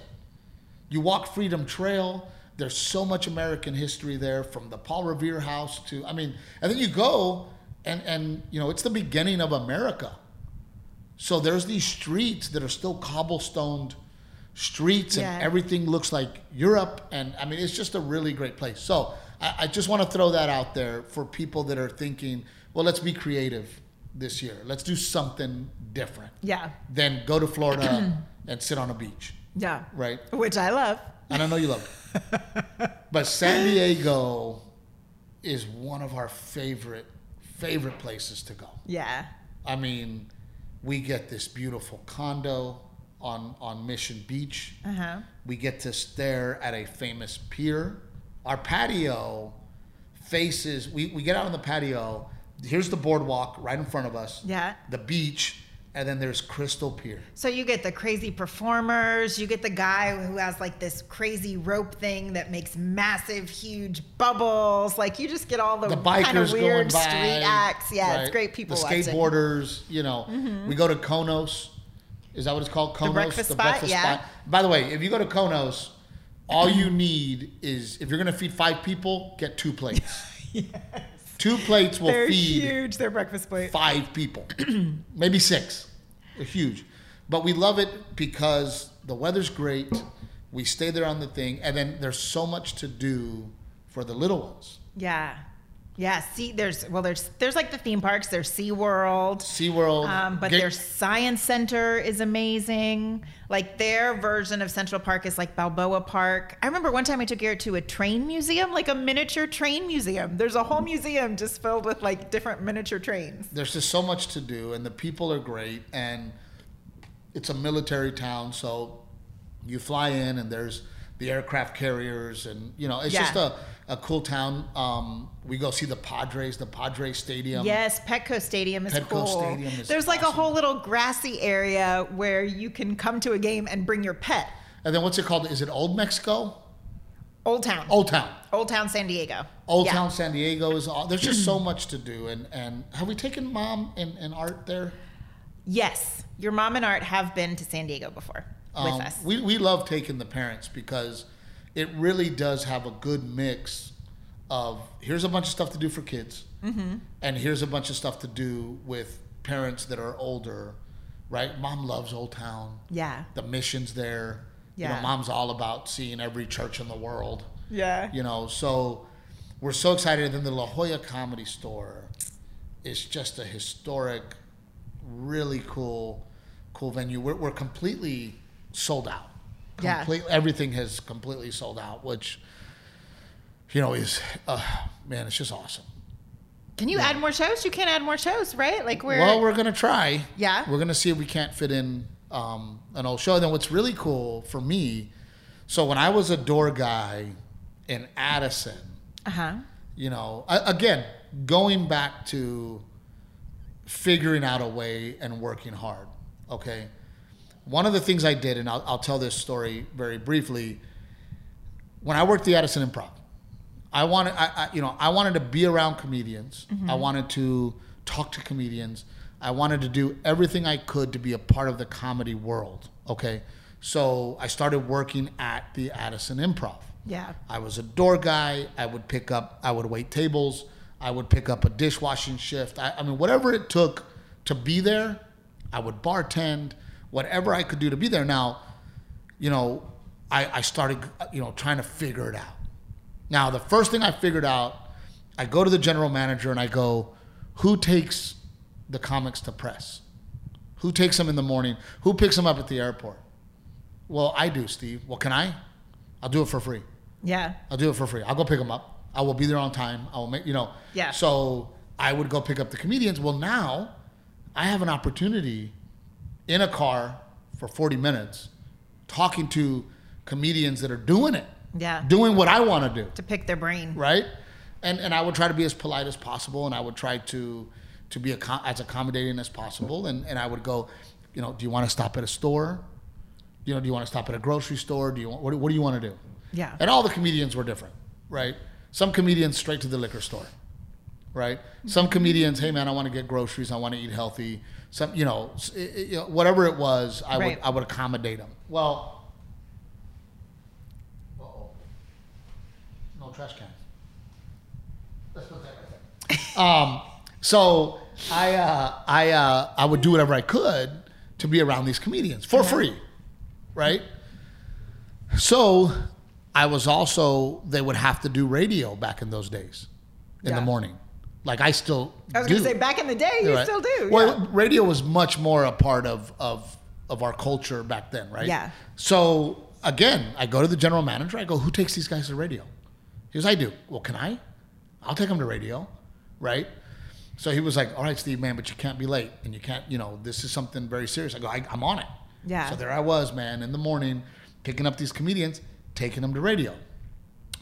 Speaker 1: You walk Freedom Trail. There's so much American history there from the Paul Revere house to, I mean, and then you go and, and you know, it's the beginning of America. So there's these streets that are still cobblestoned streets and
Speaker 2: Yeah.
Speaker 1: everything looks like Europe. And I mean, it's just a really great place. So I, I just want to throw that out there for people that are thinking, well, let's be creative this year. Let's do something different
Speaker 2: Yeah.
Speaker 1: than go to Florida and sit on a beach,
Speaker 2: Yeah.
Speaker 1: right?
Speaker 2: Which I love.
Speaker 1: And I know you love it. but San Diego is one of our favorite, favorite places to go.
Speaker 2: Yeah.
Speaker 1: I mean, we get this beautiful condo on, on Mission Beach.
Speaker 2: Uh huh.
Speaker 1: We get to stare at a famous pier. Our patio faces, we, we get out on the patio. Here's the boardwalk right in front of us,
Speaker 2: Yeah.
Speaker 1: the beach, and then there's Crystal Pier.
Speaker 2: So you get the crazy performers, you get the guy who has like this crazy rope thing that makes massive, huge bubbles. Like you just get all the,
Speaker 1: the bikers
Speaker 2: kind of weird
Speaker 1: going by,
Speaker 2: street acts. Yeah, it's
Speaker 1: right?
Speaker 2: great people
Speaker 1: The
Speaker 2: watching. Mm-hmm.
Speaker 1: skateboarders, you know. We go to Konos. Is that what it's called? Konos,
Speaker 2: breakfast spot, yeah.
Speaker 1: By the way, if you go to Konos, all you need is if you're going to feed five people, get two plates. Two plates will
Speaker 2: They're
Speaker 1: feed
Speaker 2: huge. Their breakfast plate.
Speaker 1: five people, maybe six. They're huge. But we love it because the weather's great. We stay there on the thing, and then there's so much to do for the little ones.
Speaker 2: Yeah. Yeah, see there's well there's there's like the theme parks, there's SeaWorld,
Speaker 1: SeaWorld.
Speaker 2: um, but
Speaker 1: get-
Speaker 2: their science center is amazing. Like their version of Central Park is like Balboa Park. I remember one time I took Garrett to a train museum, like a miniature train museum. There's a whole museum just filled with like different miniature trains.
Speaker 1: there's just so much to do and the people are great and it's a military town so you fly in and there's the aircraft carriers and you know it's
Speaker 2: Yeah.
Speaker 1: just a, a cool town um, we go see the padres the padres stadium
Speaker 2: Yes, Petco Stadium is
Speaker 1: Petco
Speaker 2: cool.
Speaker 1: Stadium is
Speaker 2: There's like a
Speaker 1: awesome.
Speaker 2: whole little grassy area where you can come to a game and bring your pet.
Speaker 1: and then what's it called is it old mexico
Speaker 2: Old Town. Old,
Speaker 1: old town
Speaker 2: Town San Diego.
Speaker 1: Oh. old
Speaker 2: Yeah.
Speaker 1: town san diego is all, there's just so much to do and and have we taken mom and, and art there
Speaker 2: Yes. Your mom and Art have been to San Diego before
Speaker 1: Um,
Speaker 2: with us.
Speaker 1: We, we love taking the parents because it really does have a good mix of here's a bunch of stuff to do for kids,
Speaker 2: Mm-hmm.
Speaker 1: and here's a bunch of stuff to do with parents that are older, right? Mom loves Old Town,
Speaker 2: yeah.
Speaker 1: the missions there. You
Speaker 2: Yeah.
Speaker 1: know, mom's all about seeing every church in the world,
Speaker 2: Yeah.
Speaker 1: you know, so we're so excited. And then the La Jolla Comedy Store is just a historic, really cool, cool venue. We're, we're completely sold out.
Speaker 2: Yeah.
Speaker 1: Complete, Everything has completely sold out, which, you know, is, uh, man, it's just awesome.
Speaker 2: Can you add more shows? You can't add more shows, right? Like we're,
Speaker 1: well, we're going to try.
Speaker 2: Yeah.
Speaker 1: We're going to see if we can't fit in um, an old show. And then what's really cool for me, so when I was a door guy in Addison,
Speaker 2: Uh huh.
Speaker 1: you know I, again going back to figuring out a way and working hard okay one of the things i did and i'll, I'll tell this story very briefly when i worked the addison improv i wanted I, I you know i wanted to be around comedians i wanted to talk to comedians i wanted to do everything i could to be a part of the comedy world okay so i started working at the addison improv
Speaker 2: Yeah.
Speaker 1: I was a door guy. I would pick up, I would wait tables. I would pick up a dishwashing shift. I, I mean, whatever it took to be there, I would bartend, whatever I could do to be there. Now, you know, I, I started, you know, trying to figure it out. Now, the first thing I figured out, I go to the general manager and I go, who takes the comics to press? Who takes them in the morning? Who picks them up at the airport? Well, I do, Steve. Well, can I? I'll do it for free.
Speaker 2: Yeah.
Speaker 1: I'll do it for free. I'll go pick them up. I will be there on time. I will make, you know.
Speaker 2: Yeah.
Speaker 1: So I would go pick up the comedians. Well, now I have an opportunity in a car for 40 minutes talking to comedians that are doing it,
Speaker 2: Yeah.
Speaker 1: doing what I want to do
Speaker 2: to pick their brain.
Speaker 1: right? And and I would try to be as polite as possible, and I would try to to be acco- as accommodating as possible, and and I would go, you know, do you want to stop at a store? You know, do you want to stop at a grocery store? Do you want, what, do- what do you want to do?
Speaker 2: Yeah.
Speaker 1: And all the comedians were different, right? Some comedians straight to the liquor store, right? Some comedians, hey man, I want to get groceries, I want to eat healthy. Some, you know, s- i- i- you know, whatever it was, I
Speaker 2: Right.
Speaker 1: would I would accommodate them. Well, uh-oh. no trash can. Let's put that right there. Um, so I, uh, I, uh, I would do whatever I could to be around these comedians for free, right? So I was also they would have to do radio back in those days, in
Speaker 2: Yeah.
Speaker 1: the morning, like I still.
Speaker 2: I was
Speaker 1: do.
Speaker 2: going to say, back in the day, you
Speaker 1: Right.
Speaker 2: still do.
Speaker 1: Well, radio was much more a part of of of our culture back then, right?
Speaker 2: Yeah.
Speaker 1: So again, I go to the general manager. I go, "Who takes these guys to radio?" He goes, "I do." Well, can I? I'll take them to radio, right? So he was like, "All right, Steve, man, but you can't be late, and you can't, you know, this is something very serious." I go, I, "I'm on it."
Speaker 2: Yeah.
Speaker 1: So there I was, man, in the morning, picking up these comedians, taking them to radio.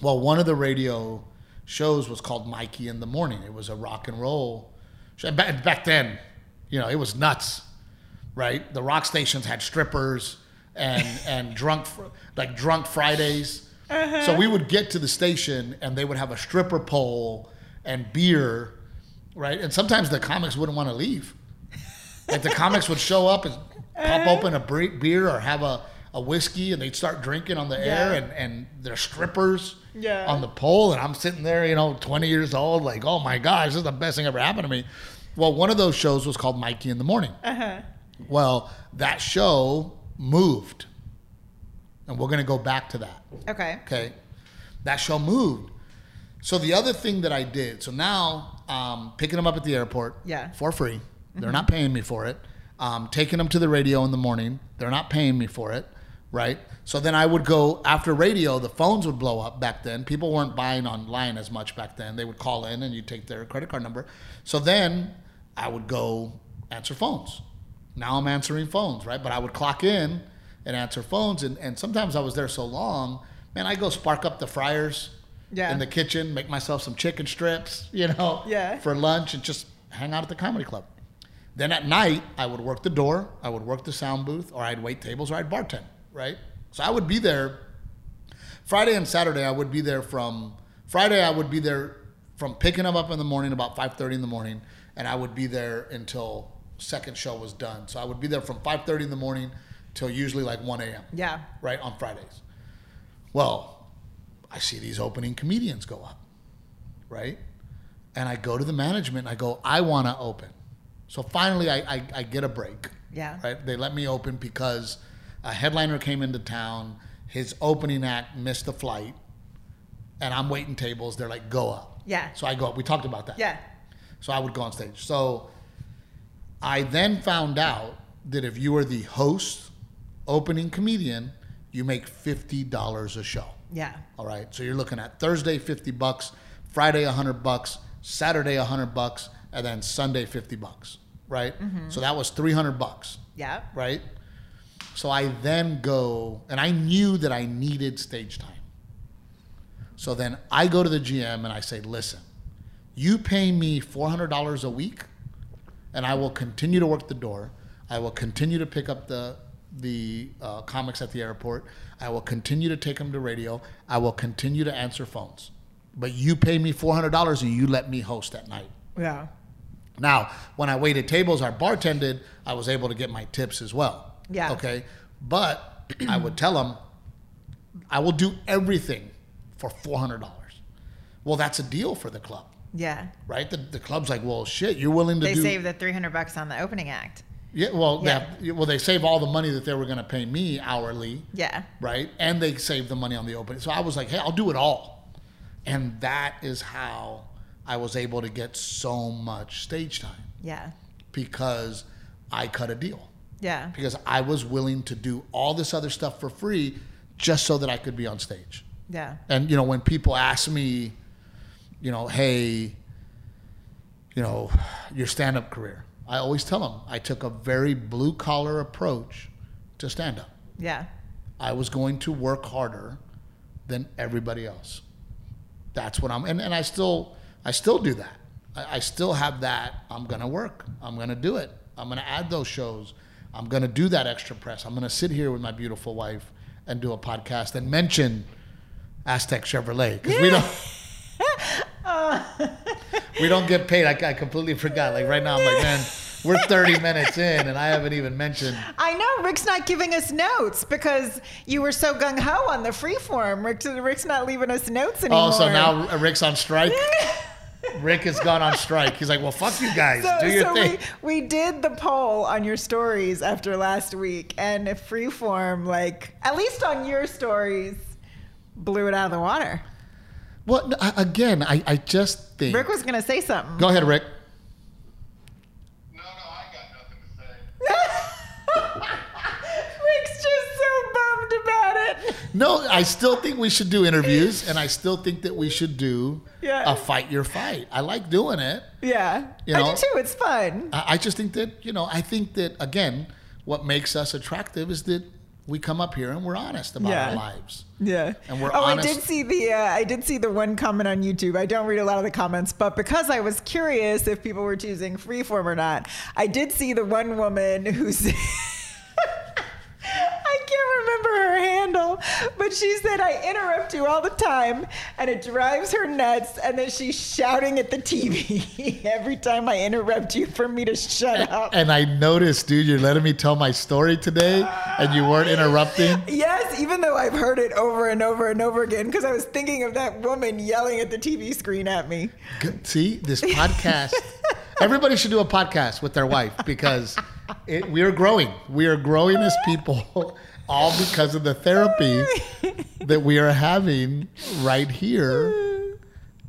Speaker 1: Well, one of the radio shows was called Mikey in the Morning. It was a rock and roll show. And Back, back then, you know, it was nuts, right? The rock stations had strippers and and drunk fr- like drunk Fridays. So we would get to the station and they would have a stripper pole and beer, right? And sometimes the comics wouldn't want to leave. Like the comics would show up and pop open a bre- beer or have a, a whiskey and they'd start drinking on the air
Speaker 2: Yeah.
Speaker 1: and, and they're strippers
Speaker 2: Yeah.
Speaker 1: on the pole. And I'm sitting there, you know, 20 years old, like, oh my gosh, this is the best thing ever happened to me. Well, one of those shows was called Mikey in the Morning. Well, that show moved. And we're going to go back to that.
Speaker 2: okay.
Speaker 1: Okay. That show moved. So the other thing that I did, so now um, picking them up at the airport
Speaker 2: Yeah. Mm-hmm.
Speaker 1: for free. They're not paying me for it. Um, taking them to the radio in the morning. They're not paying me for it. Right. So then I would go after radio, the phones would blow up back then. People weren't buying online as much back then. They would call in and you take their credit card number. So then I would go answer phones. Now I'm answering phones, right? But I would clock in and answer phones. And, and sometimes I was there so long, man, I go spark up the fryers
Speaker 2: Yeah.
Speaker 1: in the kitchen, make myself some chicken strips, you know,
Speaker 2: Yeah.
Speaker 1: for lunch and just hang out at the comedy club. Then at night, I would work the door, I would work the sound booth, or I'd wait tables, or I'd bartend, right? So I would be there Friday and Saturday. I would be there from Friday. I would be there from picking them up in the morning, about five thirty in the morning, and I would be there until second show was done. So I would be there from five thirty in the morning till usually like one a.m
Speaker 2: Yeah.
Speaker 1: right on Fridays. Well, I see these opening comedians go up, right? And I go to the management and I go, I want to open. So finally, I, I, I get a break.
Speaker 2: Yeah.
Speaker 1: Right? They let me open because a headliner came into town. His opening act missed the flight, and I'm waiting tables. They're like, go up.
Speaker 2: Yeah.
Speaker 1: So I go up. We talked about that.
Speaker 2: Yeah.
Speaker 1: So I would go on stage. So I then found out that if you are the host, opening comedian, you make $50 a show.
Speaker 2: Yeah.
Speaker 1: All right. So you're looking at Thursday 50 bucks, Friday 100 bucks, Saturday 100 bucks, and then Sunday 50 bucks, right? So that was 300 bucks,
Speaker 2: Yeah.
Speaker 1: right? So I then go and I knew that I needed stage time. So then I go to the GM and I say, listen, you pay me $400 a week and I will continue to work the door. I will continue to pick up the the uh, comics at the airport. I will continue to take them to radio. I will continue to answer phones. But you pay me $400 and you let me host at night.
Speaker 2: Yeah.
Speaker 1: Now, when I waited tables or bartended, I was able to get my tips as well.
Speaker 2: Yeah.
Speaker 1: Okay. But I would tell them, I will do everything for $400. Well, that's a deal for the club,
Speaker 2: Yeah.
Speaker 1: right? The, the club's like, well, shit, you're willing to
Speaker 2: They
Speaker 1: do.
Speaker 2: save the 300 bucks on the opening act.
Speaker 1: yeah. Well,
Speaker 2: Yeah.
Speaker 1: They have, well, they save all the money that they were going to pay me hourly,
Speaker 2: Yeah.
Speaker 1: right? And they save the money on the opening. So I was like, hey, I'll do it all. And that is how I was able to get so much stage time
Speaker 2: Yeah.
Speaker 1: because I cut a deal.
Speaker 2: Yeah.
Speaker 1: Because I was willing to do all this other stuff for free just so that I could be on stage.
Speaker 2: Yeah.
Speaker 1: And you know, when people ask me, you know, hey, you know, your stand-up career, I always tell them I took a very blue-collar approach to stand-up.
Speaker 2: Yeah.
Speaker 1: I was going to work harder than everybody else. That's what I'm, and, and I still, I still do that. I, I still have that. I'm gonna work. I'm gonna do it. I'm gonna add those shows. I'm gonna do that extra press. I'm gonna sit here with my beautiful wife and do a podcast and mention Aztec Chevrolet because we don't. we don't get paid. I, I completely forgot. Like right now, I'm like, man, we're 30 minutes in and I haven't even mentioned.
Speaker 2: I know Rick's not giving us notes because you were so gung ho on the freeform. Rick, Rick's not leaving us notes anymore.
Speaker 1: Oh, so now Rick's on strike. Rick has gone on strike. He's like, well, fuck you guys.
Speaker 2: So,
Speaker 1: Do your
Speaker 2: so
Speaker 1: thing.
Speaker 2: We, we did the poll on your stories after last week, and if freeform, like at least on your stories, blew it out of the water.
Speaker 1: Well, no, I- again, I, I just think.
Speaker 2: Rick was gonna say something.
Speaker 1: Go ahead, Rick.
Speaker 3: No, no, I got nothing to say.
Speaker 2: Rick's just so bummed about it.
Speaker 1: No, I still think we should do interviews, and I still think that we should do
Speaker 2: Yeah.
Speaker 1: a fight your fight. I like doing it.
Speaker 2: Yeah,
Speaker 1: You
Speaker 2: I
Speaker 1: know?
Speaker 2: do too. It's fun.
Speaker 1: I, I just think that, you know, I think that, again, what makes us attractive is that we come up here and we're honest about
Speaker 2: Yeah.
Speaker 1: our lives.
Speaker 2: Yeah.
Speaker 1: And we're
Speaker 2: oh,
Speaker 1: honest-
Speaker 2: I did see the uh, I did see the one comment on YouTube. I don't read a lot of the comments, but because I was curious if people were choosing freeform or not, I did see the one woman who said. I can't remember her handle, but she said, I interrupt you all the time and it drives her nuts. And then she's shouting at the TV every time I interrupt you for me to shut up.
Speaker 1: And I noticed, dude, you're letting me tell my story today, and you weren't interrupting.
Speaker 2: Yes, even though I've heard it over and over and over again, because I was thinking of that woman yelling at the TV screen at me.
Speaker 1: Good- See this podcast. Everybody should do a podcast with their wife because it, we are growing. We are growing as people, all because of the therapy that we are having right here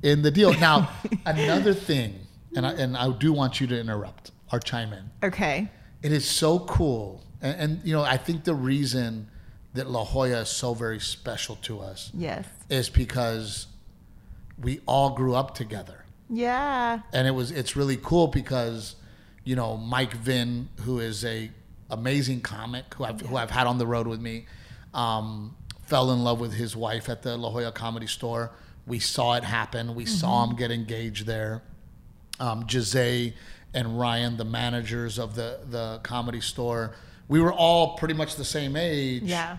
Speaker 1: in the deal. Now, another thing, and I, and I do want you to interrupt or chime in.
Speaker 2: Okay.
Speaker 1: It is so cool, and, and you know I think the reason that La Jolla is so very special to us
Speaker 2: Yes.
Speaker 1: is because we all grew up together
Speaker 2: Yeah.
Speaker 1: and it was it's really cool because you know Mike Vinn, who is a amazing comic who I've who I've had on the road with me, um, fell in love with his wife at the La Jolla Comedy Store. We saw it happen. We saw him get engaged there. Um, Jose and Ryan, the managers of the the comedy store, we were all pretty much the same age.
Speaker 2: Yeah.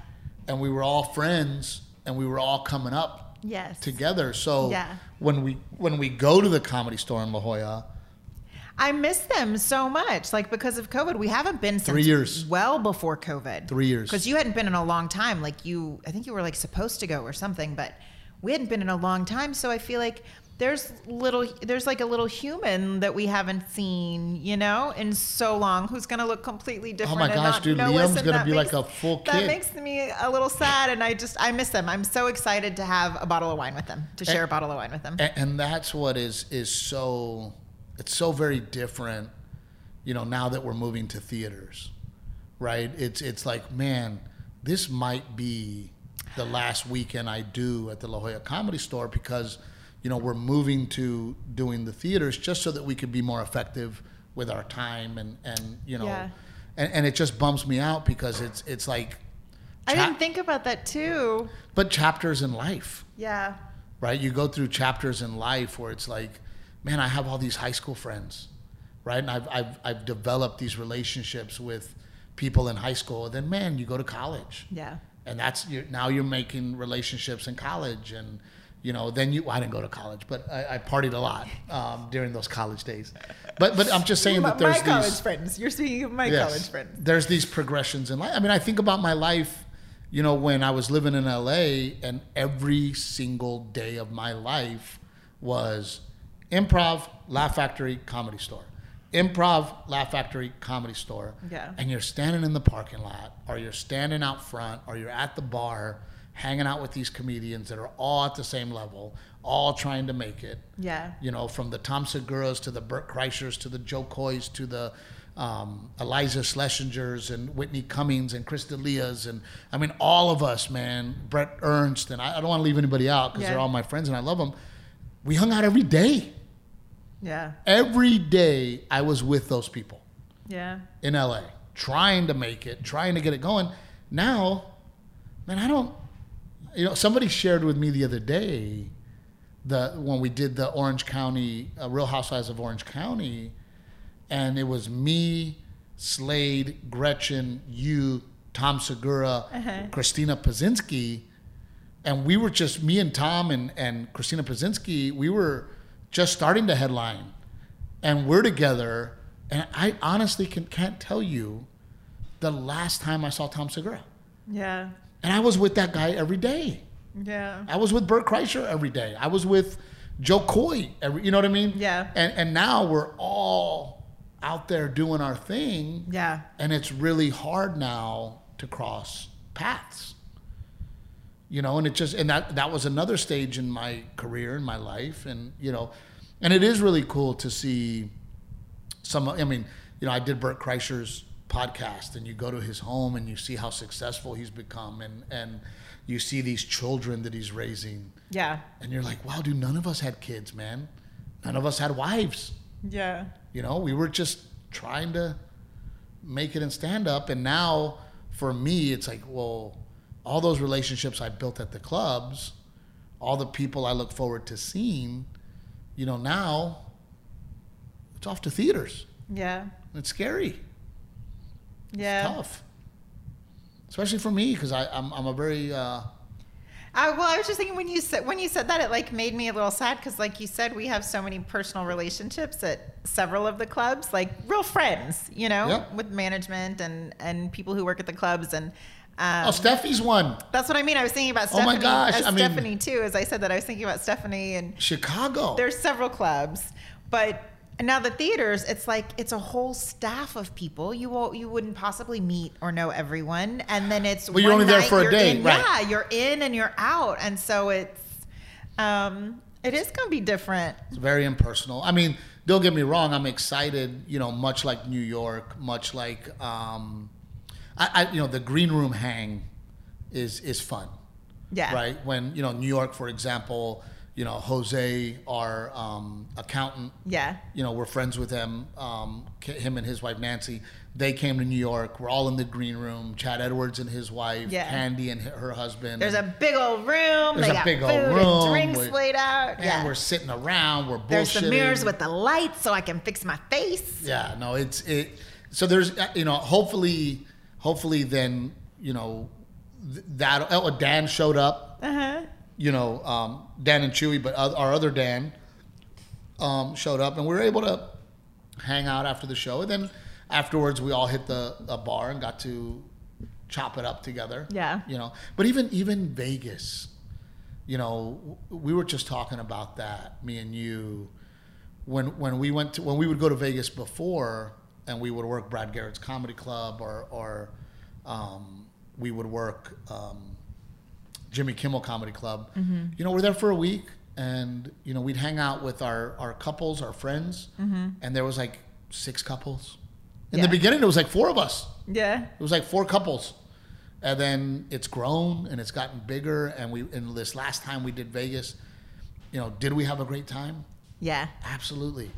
Speaker 1: and we were all friends, and we were all coming up
Speaker 2: Yes.
Speaker 1: together. So
Speaker 2: Yeah.
Speaker 1: when we when we go to the comedy store in La Jolla,
Speaker 2: I miss them so much. Like because of COVID, we haven't been since
Speaker 1: Three years.
Speaker 2: Well before COVID.
Speaker 1: Three years.
Speaker 2: Because you hadn't been in a long time. Like you, I think you were like supposed to go or something, but we hadn't been in a long time. So I feel like there's little, there's like a little human that we haven't seen, you know, in so long, who's going to look completely different.
Speaker 1: Oh my
Speaker 2: and
Speaker 1: gosh,
Speaker 2: not
Speaker 1: dude,
Speaker 2: know us,
Speaker 1: Liam's
Speaker 2: and
Speaker 1: gonna
Speaker 2: that
Speaker 1: be like
Speaker 2: makes-
Speaker 1: a full
Speaker 2: That
Speaker 1: kid.
Speaker 2: makes me a little sad, and I just I miss them. I'm so excited to have a bottle of wine with them,
Speaker 1: Eh.
Speaker 2: to share a bottle of wine with them.
Speaker 1: and, and that's what is is so it's so very different, you know. Now that we're moving to theaters, right? It's it's like man, this might be the last weekend I do at the La Jolla Comedy Store because you know we're moving to doing the theaters just so that we could be more effective with our time and and you know,
Speaker 2: Yeah.
Speaker 1: and, and it just bums me out because it's it's like
Speaker 2: I
Speaker 1: cha-
Speaker 2: didn't think about that too.
Speaker 1: but chapters in life.
Speaker 2: Yeah.
Speaker 1: right? You go through chapters in life where it's like, man, I have all these high school friends, right? And I've, I've, I've developed these relationships with people in high school. And then, man, you go to college.
Speaker 2: Yeah.
Speaker 1: And that's you now you're making relationships in college. And, you know, then you, well, I didn't go to college, but I, I partied a lot um, during those college days. But, but I'm just saying
Speaker 2: My,
Speaker 1: that there's
Speaker 2: my college
Speaker 1: these.
Speaker 2: friends. You're speaking of my
Speaker 1: Yes.
Speaker 2: college friends.
Speaker 1: There's these progressions in life. I mean, I think about my life, you know, when I was living in LA and every single day of my life was improv, laugh factory, comedy store. Improv, laugh factory, comedy store.
Speaker 2: Yeah.
Speaker 1: And you're standing in the parking lot or you're standing out front or you're at the bar hanging out with these comedians that are all at the same level, all trying to make it
Speaker 2: Yeah.
Speaker 1: you know, from the Tom Seguras to the Burt Kreischers to the Joe Coys to the um, Eliza Schlesingers and Whitney Cummings and Chris D'Elia's and I mean all of us, man, Brett Ernst and I, I don't want to leave anybody out because
Speaker 2: Yeah.
Speaker 1: they're all my friends and I love them. We hung out every day.
Speaker 2: Yeah.
Speaker 1: Every day I was with those people
Speaker 2: Yeah.
Speaker 1: in LA, trying to make it, trying to get it going. Now, man, I don't. You know, somebody shared with me the other day the when we did the Orange County uh, Real Housewives of Orange County, and it was me, Slade, Gretchen, you, Tom Segura, Christina Pazinski, and we were just me and Tom and and Christina Pazinski. We were just starting to headline, and we're together. And I honestly can, can't tell you the last time I saw Tom Segura.
Speaker 2: Yeah.
Speaker 1: And I was with that guy every day.
Speaker 2: Yeah.
Speaker 1: I was with Bert Kreischer every day. I was with Joe Coy every. You know what I mean?
Speaker 2: Yeah.
Speaker 1: And and now we're all out there doing our thing.
Speaker 2: Yeah.
Speaker 1: And it's really hard now to cross paths. You know, and it just and that that was another stage in my career in my life, and you know, and it is really cool to see some. I mean, you know, I did Bert Kreischer's podcast, and you go to his home and you see how successful he's become, and and you see these children that he's raising,
Speaker 2: Yeah.
Speaker 1: and you're like, wow, dude, none of us had kids, man, none of us had wives.
Speaker 2: Yeah.
Speaker 1: You know, we were just trying to make it in stand up. And now for me, it's like, well, all those relationships I built at the clubs, all the people I look forward to seeing, you know, now it's off to theaters.
Speaker 2: Yeah.
Speaker 1: It's scary.
Speaker 2: Yeah.
Speaker 1: It's tough. Especially for me, because I'm, I'm a very, uh,
Speaker 2: I, well, I was just thinking when you said when you said that, it like made me a little sad because, like you said, we have so many personal relationships at several of the clubs, like real friends, you know,
Speaker 1: Yep.
Speaker 2: with management and and people who work at the clubs, and
Speaker 1: oh,
Speaker 2: um,
Speaker 1: Steffi's one.
Speaker 2: that's what I mean. I was thinking about
Speaker 1: Oh
Speaker 2: Stephanie,
Speaker 1: my gosh,
Speaker 2: as
Speaker 1: I mean-
Speaker 2: Stephanie too, as I said that I was thinking about Stephanie, and
Speaker 1: Chicago.
Speaker 2: there's several clubs, but now the theaters, it's like it's a whole staff of people. You won't, you wouldn't possibly meet or know everyone, and then it's
Speaker 1: Well, you're
Speaker 2: one
Speaker 1: only there
Speaker 2: night
Speaker 1: for a
Speaker 2: you're
Speaker 1: day,
Speaker 2: in-
Speaker 1: right.
Speaker 2: Yeah, you're in and you're out, and so it's um, it is going to be different.
Speaker 1: It's very impersonal. I mean, don't get me wrong. I'm excited. You know, much like New York, much like um, I, I, you know, the green room hang is is fun,
Speaker 2: Yeah,
Speaker 1: right? When you know New York, for example, you know Jose, our um, accountant,
Speaker 2: Yeah,
Speaker 1: you know, we're friends with him, um, ca- him and his wife Nancy. They came to New York. We're all in the green room. Chad Edwards and his wife,
Speaker 2: Yeah.
Speaker 1: Candy and h- her husband.
Speaker 2: there's
Speaker 1: and,
Speaker 2: a big old room.
Speaker 1: There's
Speaker 2: they
Speaker 1: a
Speaker 2: got
Speaker 1: big
Speaker 2: food
Speaker 1: old room
Speaker 2: and drinks
Speaker 1: with-
Speaker 2: laid out.
Speaker 1: and
Speaker 2: yeah,
Speaker 1: we're sitting around. We're bullshitting.
Speaker 2: there's the mirrors with the lights, so I can fix my face.
Speaker 1: Yeah, no, it's it. So there's uh, you know, hopefully, hopefully then you know th- that oh Dan showed up. You know, um, Dan and Chewy, but oth- our other Dan um, showed up, and we were able to hang out after the show. And then afterwards, we all hit the a bar and got to chop it up together.
Speaker 2: Yeah.
Speaker 1: you know. But even even Vegas, you know, w- we were just talking about that, me and you, when when we went to when we would go to Vegas before, and we would work Brad Garrett's Comedy Club, or or um, we would work um, Jimmy Kimmel Comedy Club.
Speaker 2: Mm-hmm.
Speaker 1: You know, we're there for a week, and you know, we'd hang out with our our couples, our friends, and there was like six couples. In
Speaker 2: Mm-hmm. Yeah.
Speaker 1: the beginning, it was like four of us.
Speaker 2: Yeah,
Speaker 1: It was like four couples. And then it's grown and it's gotten bigger. And we, and this last time we did Vegas, you know, did we have a great time?
Speaker 2: yeah,
Speaker 1: Absolutely.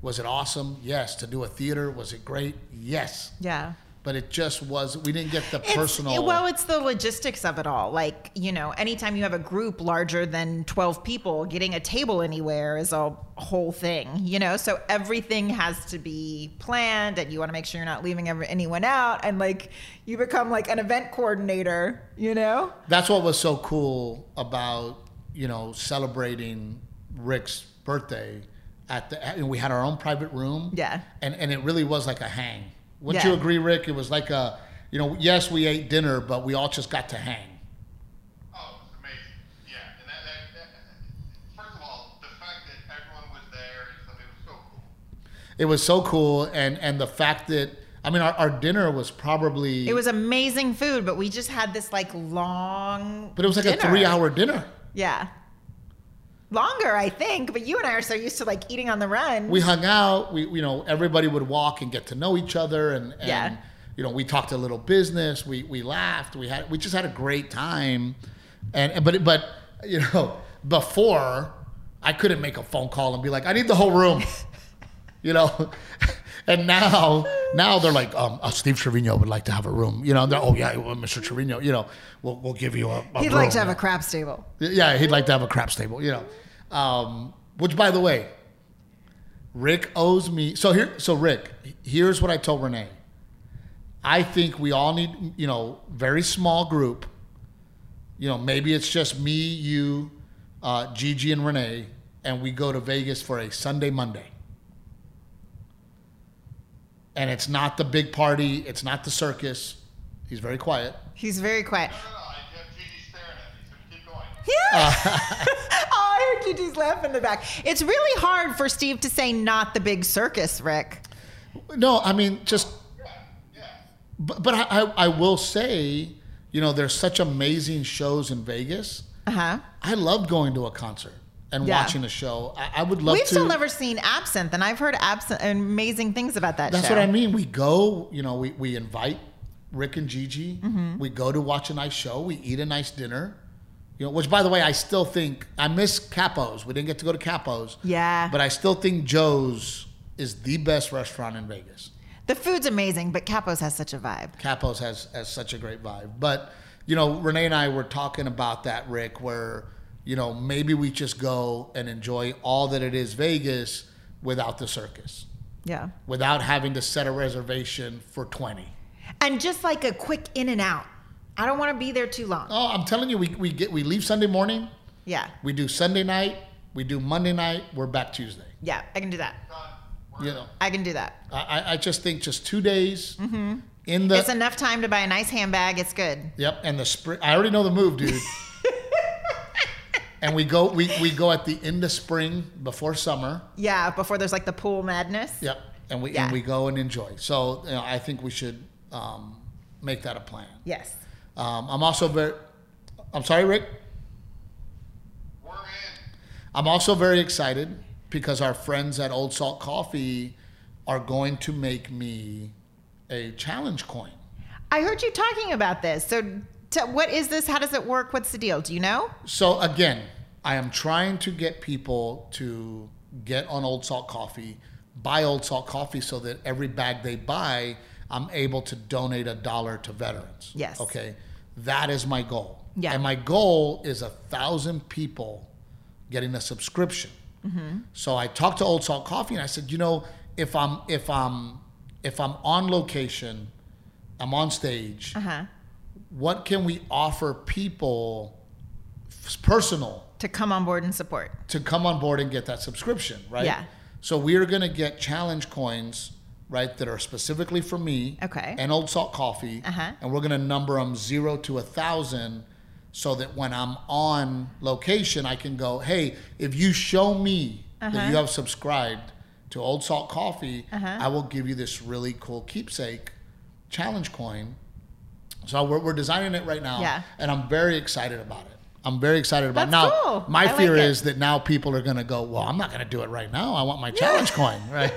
Speaker 1: Was it awesome? Yes. To do a theater, was it great? Yes.
Speaker 2: yeah,
Speaker 1: But it just was, we didn't get the
Speaker 2: It's-
Speaker 1: personal.
Speaker 2: Well, it's the logistics of it all. Like, you know, anytime you have a group larger than 12 people, getting a table anywhere is a whole thing, you know? So everything has to be planned and you want to make sure you're not leaving ever- anyone out. And like, you become like an event coordinator, you know?
Speaker 1: that's what was so cool about you know celebrating Rick's birthday at the and we had our own private room.
Speaker 2: Yeah.
Speaker 1: And and it really was like a hang. Wouldn't
Speaker 2: Yeah.
Speaker 1: you agree, Rick? It was like a you know yes we ate dinner but we all just got to hang.
Speaker 3: Oh, it was amazing. Yeah, and that, that, that, first of all, the fact that everyone was there and stuff, it was so cool.
Speaker 1: It was so cool and and the fact that I mean our, our dinner was probably
Speaker 2: It was amazing food, but we just had this like long.
Speaker 1: but it was like a
Speaker 2: dinner.
Speaker 1: three hour dinner.
Speaker 2: Yeah. Longer, I think, but you and I are so used to like eating on the run.
Speaker 1: we hung out. We you know everybody would walk and get to know each other, and, and
Speaker 2: Yeah.
Speaker 1: you know we talked a little business. We we laughed. We had we just had a great time, and, and but but you know before I couldn't make a phone call and be like I need the whole room, you know. And now, now they're like, um, uh, Steve Trevino would like to have a room. You know, they're, oh yeah, well, Mr. Trevino, you know, we'll, we'll give you a, a
Speaker 2: He'd like
Speaker 1: room.
Speaker 2: to have a craps table.
Speaker 1: Yeah, he'd like to have a craps table, you know. Um, which, by the way, Rick owes me. So here, so Rick, here's what I told Renee. I think we all need, you know, very small group. You know, maybe it's just me, you, uh, Gigi, and Renee, and we go to Vegas for a Sunday Monday. And it's not the big party. It's not the circus. He's very quiet.
Speaker 2: He's very quiet.
Speaker 3: No, no, I kept Gigi staring at me, so keep going.
Speaker 1: Uh,
Speaker 2: oh, I heard Gigi's laugh in the back. It's really hard for Steve to say not the big circus, Rick.
Speaker 1: No, I mean just
Speaker 3: Yeah, yeah.
Speaker 1: But, but I, I, I will say, you know, there's such amazing shows in Vegas.
Speaker 2: Uh huh.
Speaker 1: I love going to a concert and
Speaker 2: Yeah.
Speaker 1: watching a show. I, I would love
Speaker 2: We've
Speaker 1: to.
Speaker 2: still never seen Absinthe, and I've heard Absinthe amazing things about that
Speaker 1: that's
Speaker 2: show.
Speaker 1: what I mean. We go, you know, we, we invite Rick and Gigi.
Speaker 2: Mm-hmm.
Speaker 1: We go to watch a nice show. We eat a nice dinner. You know, which by the way, I still think I miss Capo's. We didn't get to go to Capo's.
Speaker 2: Yeah.
Speaker 1: But I still think Joe's is the best restaurant in Vegas.
Speaker 2: The food's amazing, but Capo's has such a vibe.
Speaker 1: Capos has has such a great vibe. But you know, Renee and I were talking about that, Rick, where you know maybe we just go and enjoy all that it is Vegas without the circus,
Speaker 2: Yeah.
Speaker 1: without having to set a reservation for twenty.
Speaker 2: And just like a quick in and out. I don't want to be there too long.
Speaker 1: Oh, I'm telling you, we we get we leave Sunday morning,
Speaker 2: Yeah.
Speaker 1: we do Sunday night, we do Monday night, we're back Tuesday.
Speaker 2: Yeah. I can do that.
Speaker 1: You know,
Speaker 2: I can do that.
Speaker 1: I I- I just think just two days in the
Speaker 2: Mm-hmm. it's enough time to buy a nice handbag. It's good.
Speaker 1: Yep, and the spring. I already know the move, dude. and we go, we, we go at the end of spring before summer.
Speaker 2: Yeah. Before there's like the pool madness.
Speaker 1: Yep, and we
Speaker 2: Yeah.
Speaker 1: and we go and enjoy. So you know, I think we should um, make that a plan.
Speaker 2: Yes.
Speaker 1: Um, I'm also very, I'm sorry, Rick.
Speaker 3: We're in.
Speaker 1: I'm also very excited because our friends at Old Salt Coffee are going to make me a challenge coin.
Speaker 2: I heard you talking about this. So, t- what is this? How does it work? What's the deal? Do you know?
Speaker 1: So again, I am trying to get people to get on Old Salt Coffee, buy Old Salt Coffee, so that every bag they buy, I'm able to donate a dollar to veterans.
Speaker 2: Yes.
Speaker 1: Okay, that is my goal.
Speaker 2: Yeah.
Speaker 1: And my goal is a thousand people getting a subscription.
Speaker 2: Mm-hmm.
Speaker 1: So I talked to Old Salt Coffee and I said, you know, if I'm if I'm if I'm on location, I'm on stage
Speaker 2: Uh huh.
Speaker 1: what can we offer people f- personal
Speaker 2: To come on board and support.
Speaker 1: to come on board and get that subscription right
Speaker 2: Yeah.
Speaker 1: so we are going to get challenge coins right that are specifically for me
Speaker 2: Okay.
Speaker 1: and old salt coffee
Speaker 2: Uh-huh.
Speaker 1: and we're going to number them zero to a thousand so that when i'm on location i can go hey if you show me
Speaker 2: Uh-huh.
Speaker 1: that you have subscribed to old salt coffee i will give you this really cool keepsake challenge coin so we're, we're designing it right now
Speaker 2: Yeah.
Speaker 1: and i'm very excited about it i'm very excited about it.
Speaker 2: That's
Speaker 1: now
Speaker 2: cool.
Speaker 1: my
Speaker 2: I
Speaker 1: fear
Speaker 2: like it.
Speaker 1: is that now people are going to go well i'm not going to do it right now i want my challenge coin right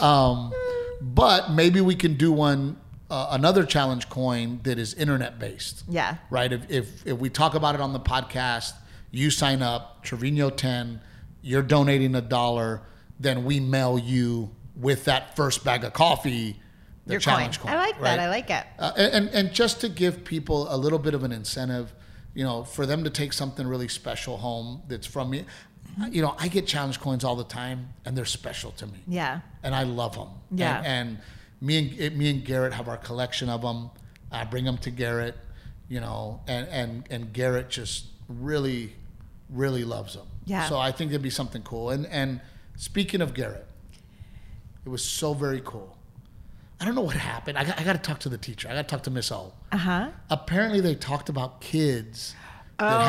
Speaker 1: um, but maybe we can do one uh, another challenge coin that is internet based
Speaker 2: Yeah.
Speaker 1: right? If, if if we talk about it on the podcast, you sign up, Trevino ten, you're donating a dollar, then we mail you with that first bag of coffee the
Speaker 2: Your
Speaker 1: challenge coin.
Speaker 2: I like that.
Speaker 1: right?
Speaker 2: I like it.
Speaker 1: Uh, and and just to give people a little bit of an incentive, you know, for them to take something really special home that's from me. You know, I get challenge coins all the time, and they're special to me
Speaker 2: Yeah.
Speaker 1: and I love them.
Speaker 2: Yeah.
Speaker 1: And, and me and it- me and Garrett have our collection of them. I bring them to Garrett, you know, and and and Garrett just really, really loves them.
Speaker 2: Yeah.
Speaker 1: So I think it'd be something cool. And and speaking of Garrett, it was so very cool. I don't know what happened. I got, I got to talk to the teacher. I got to talk to Miss O.
Speaker 2: Uh huh.
Speaker 1: Apparently, they talked about kids
Speaker 2: Oh,
Speaker 1: that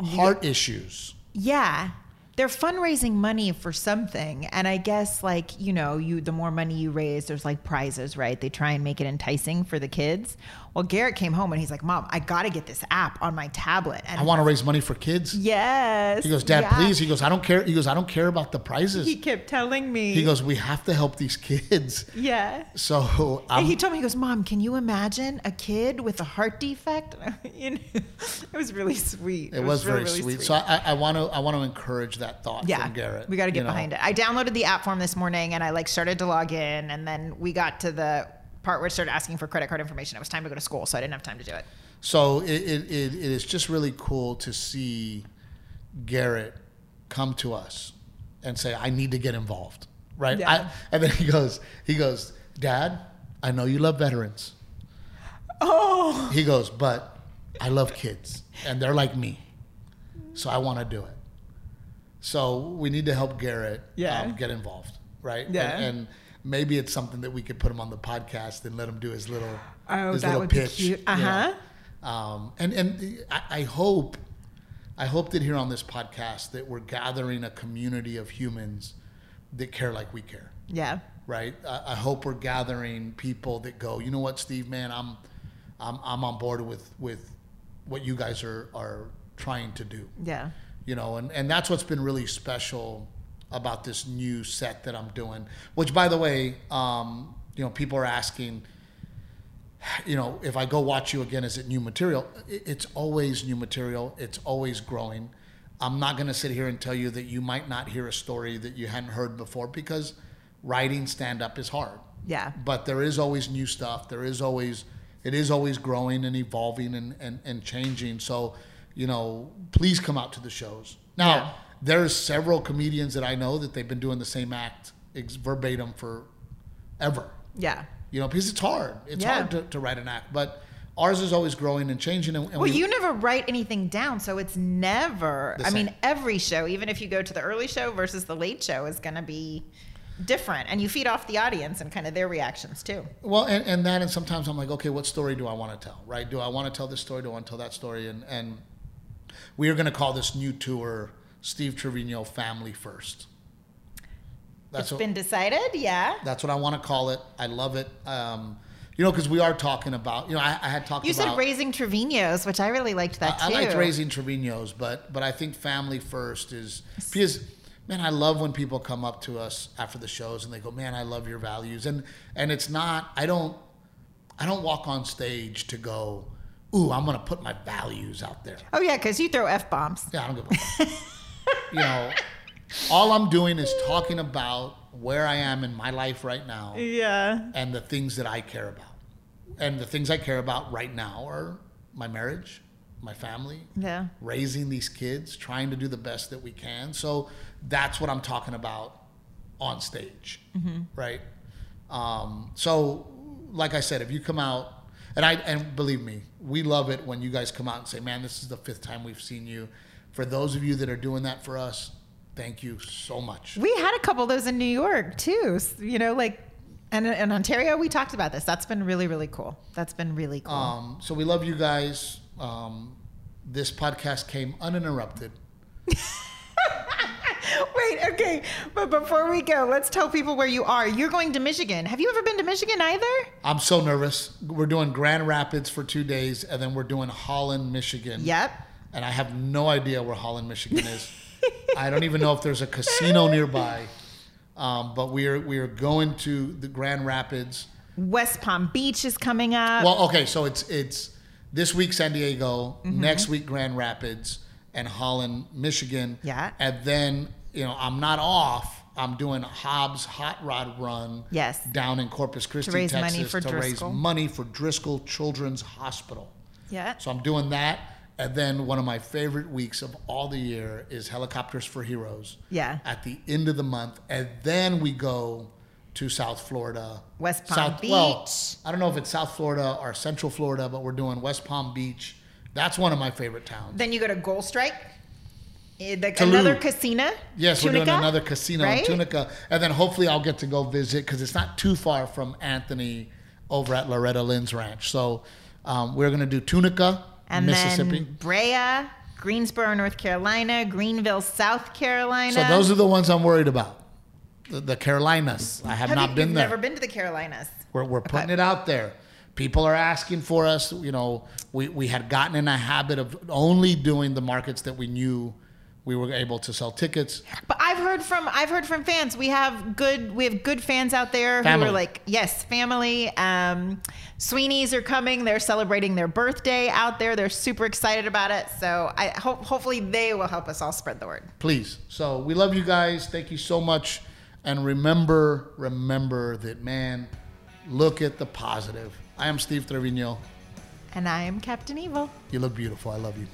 Speaker 1: have heart issues.
Speaker 2: Yeah. They're fundraising money for something. And I guess like, you know, you the more money you raise, there's like prizes, right? They try and make it enticing for the kids. Well, Garrett came home and he's like, Mom, I gotta get this app on my tablet. And
Speaker 1: I want to raise money for kids.
Speaker 2: Yes.
Speaker 1: He goes, Dad,
Speaker 2: yeah."
Speaker 1: please. He goes, I don't care. He goes, I don't care about the prizes.
Speaker 2: He kept telling me.
Speaker 1: He goes, we have to help these kids.
Speaker 2: Yeah.
Speaker 1: So I'm,
Speaker 2: And he told me, he goes, Mom, can you imagine a kid with a heart defect? You know, it was really sweet.
Speaker 1: it was very
Speaker 2: really, really
Speaker 1: sweet. So I, I want to I want to encourage that thought
Speaker 2: yeah,
Speaker 1: from Garrett.
Speaker 2: we got to get
Speaker 1: you know.
Speaker 2: behind it. I downloaded the app form this morning and I like started to log in, and then we got to the part where it started asking for credit card information. It was time to go to school, so I didn't have time to do it.
Speaker 1: So it, it, it, it is just really cool to see Garrett come to us and say, I need to get involved. Right.
Speaker 2: Yeah.
Speaker 1: I, and then he goes, he goes, Dad, I know you love veterans.
Speaker 2: Oh,
Speaker 1: He goes, but I love kids and they're like me. So I want to do it. So we need to help Garrett
Speaker 2: Yeah.
Speaker 1: um, get involved, right?
Speaker 2: Yeah.
Speaker 1: And, and maybe it's something that we could put him on the podcast and let him do his little,
Speaker 2: Oh,
Speaker 1: his
Speaker 2: that
Speaker 1: little
Speaker 2: would be
Speaker 1: pitch.
Speaker 2: cute.
Speaker 1: you
Speaker 2: Uh-huh.
Speaker 1: know. Um, and and I, I hope, I hope that here on this podcast that we're gathering a community of humans that care like we care
Speaker 2: yeah,
Speaker 1: right? I, I hope we're gathering people that go, you know what, Steve, man, I'm, I'm, I'm on board with with what you guys are are trying to do,
Speaker 2: yeah,
Speaker 1: you know, and and that's what's been really special about this new set that I'm doing. Which, by the way, um, you know, people are asking. You know, if I go watch you again, is it new material? It- It's always new material. It's always growing. I'm not going to sit here and tell you that you might not hear a story that you hadn't heard before because writing stand up is hard
Speaker 2: yeah.
Speaker 1: but there is always new stuff there is always it is always growing and evolving and and, and changing so you know please come out to the shows now
Speaker 2: Yeah.
Speaker 1: there's several comedians that i know that they've been doing the same act ex- verbatim for ever
Speaker 2: Yeah.
Speaker 1: you know because it's hard it's
Speaker 2: Yeah.
Speaker 1: hard to, to write an act but ours is always growing and changing and, and
Speaker 2: Well,
Speaker 1: we,
Speaker 2: you never write anything down, so it's never.
Speaker 1: The
Speaker 2: I mean,
Speaker 1: same.
Speaker 2: every show, even if you go to the early show versus the late show, is going to be different, and you feed off the audience and kind of their reactions too.
Speaker 1: Well, and, and that, and sometimes I'm like, okay, what story do I want to tell? Right? Do I want to tell this story? Do I want to tell that story? And and we are going to call this new tour Steve Trevino Family First. That's
Speaker 2: it's
Speaker 1: what,
Speaker 2: been decided, yeah.
Speaker 1: that's what I want to call it. I love it. Um, you know, because we are talking about. You know, I, I had talked.
Speaker 2: You
Speaker 1: about,
Speaker 2: said raising Trevino's, which I really liked that
Speaker 1: I, I
Speaker 2: too.
Speaker 1: liked raising Trevino's, but but I think family first is because man, I love when people come up to us after the shows and they go, man, I love your values, and and it's not I don't I don't walk on stage to go, ooh, I'm gonna put my values out there.
Speaker 2: Oh yeah, because you throw f bombs.
Speaker 1: Yeah, I don't give a fuck. you know, all I'm doing is talking about where I am in my life right now
Speaker 2: Yeah.
Speaker 1: and the things that I care about. And the things I care about right now are my marriage, my family,
Speaker 2: Yeah.
Speaker 1: raising these kids, trying to do the best that we can. So that's what I'm talking about on stage, right? Um, so, like I said, if you come out, and I and believe me, we love it when you guys come out and say, "Man, this is the fifth time we've seen you." For those of you that are doing that for us, thank you so much.
Speaker 2: We had a couple of those in New York too. s- You know, like, and in Ontario, we talked about this. That's been really, really cool. That's been really cool.
Speaker 1: Um, so we love you guys. Um, this podcast came uninterrupted.
Speaker 2: Wait, okay, but before we go, let's tell people where you are. You're going to Michigan. Have you ever been to Michigan either?
Speaker 1: I'm so nervous. We're doing Grand Rapids for two days, and then we're doing Holland, Michigan.
Speaker 2: Yep.
Speaker 1: And I have no idea where Holland, Michigan is. I don't even know if there's a casino nearby. Um, but we are we are going to the Grand Rapids.
Speaker 2: West Palm Beach is coming up.
Speaker 1: Well, okay, so it's it's this week San Diego,
Speaker 2: Mm-hmm.
Speaker 1: next week Grand Rapids, and Holland, Michigan.
Speaker 2: Yeah.
Speaker 1: And then you know I'm not off I'm doing a Hobbs Hot Rod Run.
Speaker 2: Yes.
Speaker 1: Down in Corpus Christi,
Speaker 2: raise money
Speaker 1: Texas,
Speaker 2: for
Speaker 1: to raise
Speaker 2: Driscoll.
Speaker 1: money for Driscoll Children's Hospital.
Speaker 2: Yeah.
Speaker 1: So I'm doing that, and then one of my favorite weeks of all the year is Helicopters for Heroes.
Speaker 2: Yeah.
Speaker 1: At the end of the month, and then we go to South Florida,
Speaker 2: West Palm
Speaker 1: South, Well,
Speaker 2: Beach.
Speaker 1: I don't know if it's South Florida or Central Florida, but we're doing West Palm Beach. That's one of my favorite towns.
Speaker 2: Then you go to Gold Strike, eh, the,
Speaker 1: Tulum.
Speaker 2: another casino.
Speaker 1: Yes, we're doing
Speaker 2: Tunica,
Speaker 1: another casino
Speaker 2: right?
Speaker 1: in Tunica, and then hopefully I'll get to go visit because it's not too far from Anthony over at Loretta Lynn's ranch. So um, we're gonna do Tunica,
Speaker 2: And
Speaker 1: Mississippi.
Speaker 2: then Brea, Greensboro, North Carolina, Greenville, South Carolina.
Speaker 1: So those are the ones I'm worried about. The, the Carolinas. I have,
Speaker 2: Have
Speaker 1: not
Speaker 2: you,
Speaker 1: been
Speaker 2: you've
Speaker 1: there.
Speaker 2: Never been to the Carolinas.
Speaker 1: We're, we're putting it out there. People are asking for us. You know, we, we had gotten in a habit of only doing the markets that we knew we were able to sell tickets.
Speaker 2: But I've heard from I've heard from fans. We have good we have good fans out there who
Speaker 1: Family.
Speaker 2: are like, yes, family. Um, Sweeney's are coming. They're celebrating their birthday out there. They're super excited about it. So I hope hopefully they will help us all spread the word.
Speaker 1: Please. So we love you guys. Thank you so much. And remember, remember that, man, look at the positive. I am Steve Trevino.
Speaker 2: And I am Captain Evil.
Speaker 1: You look beautiful. I love you.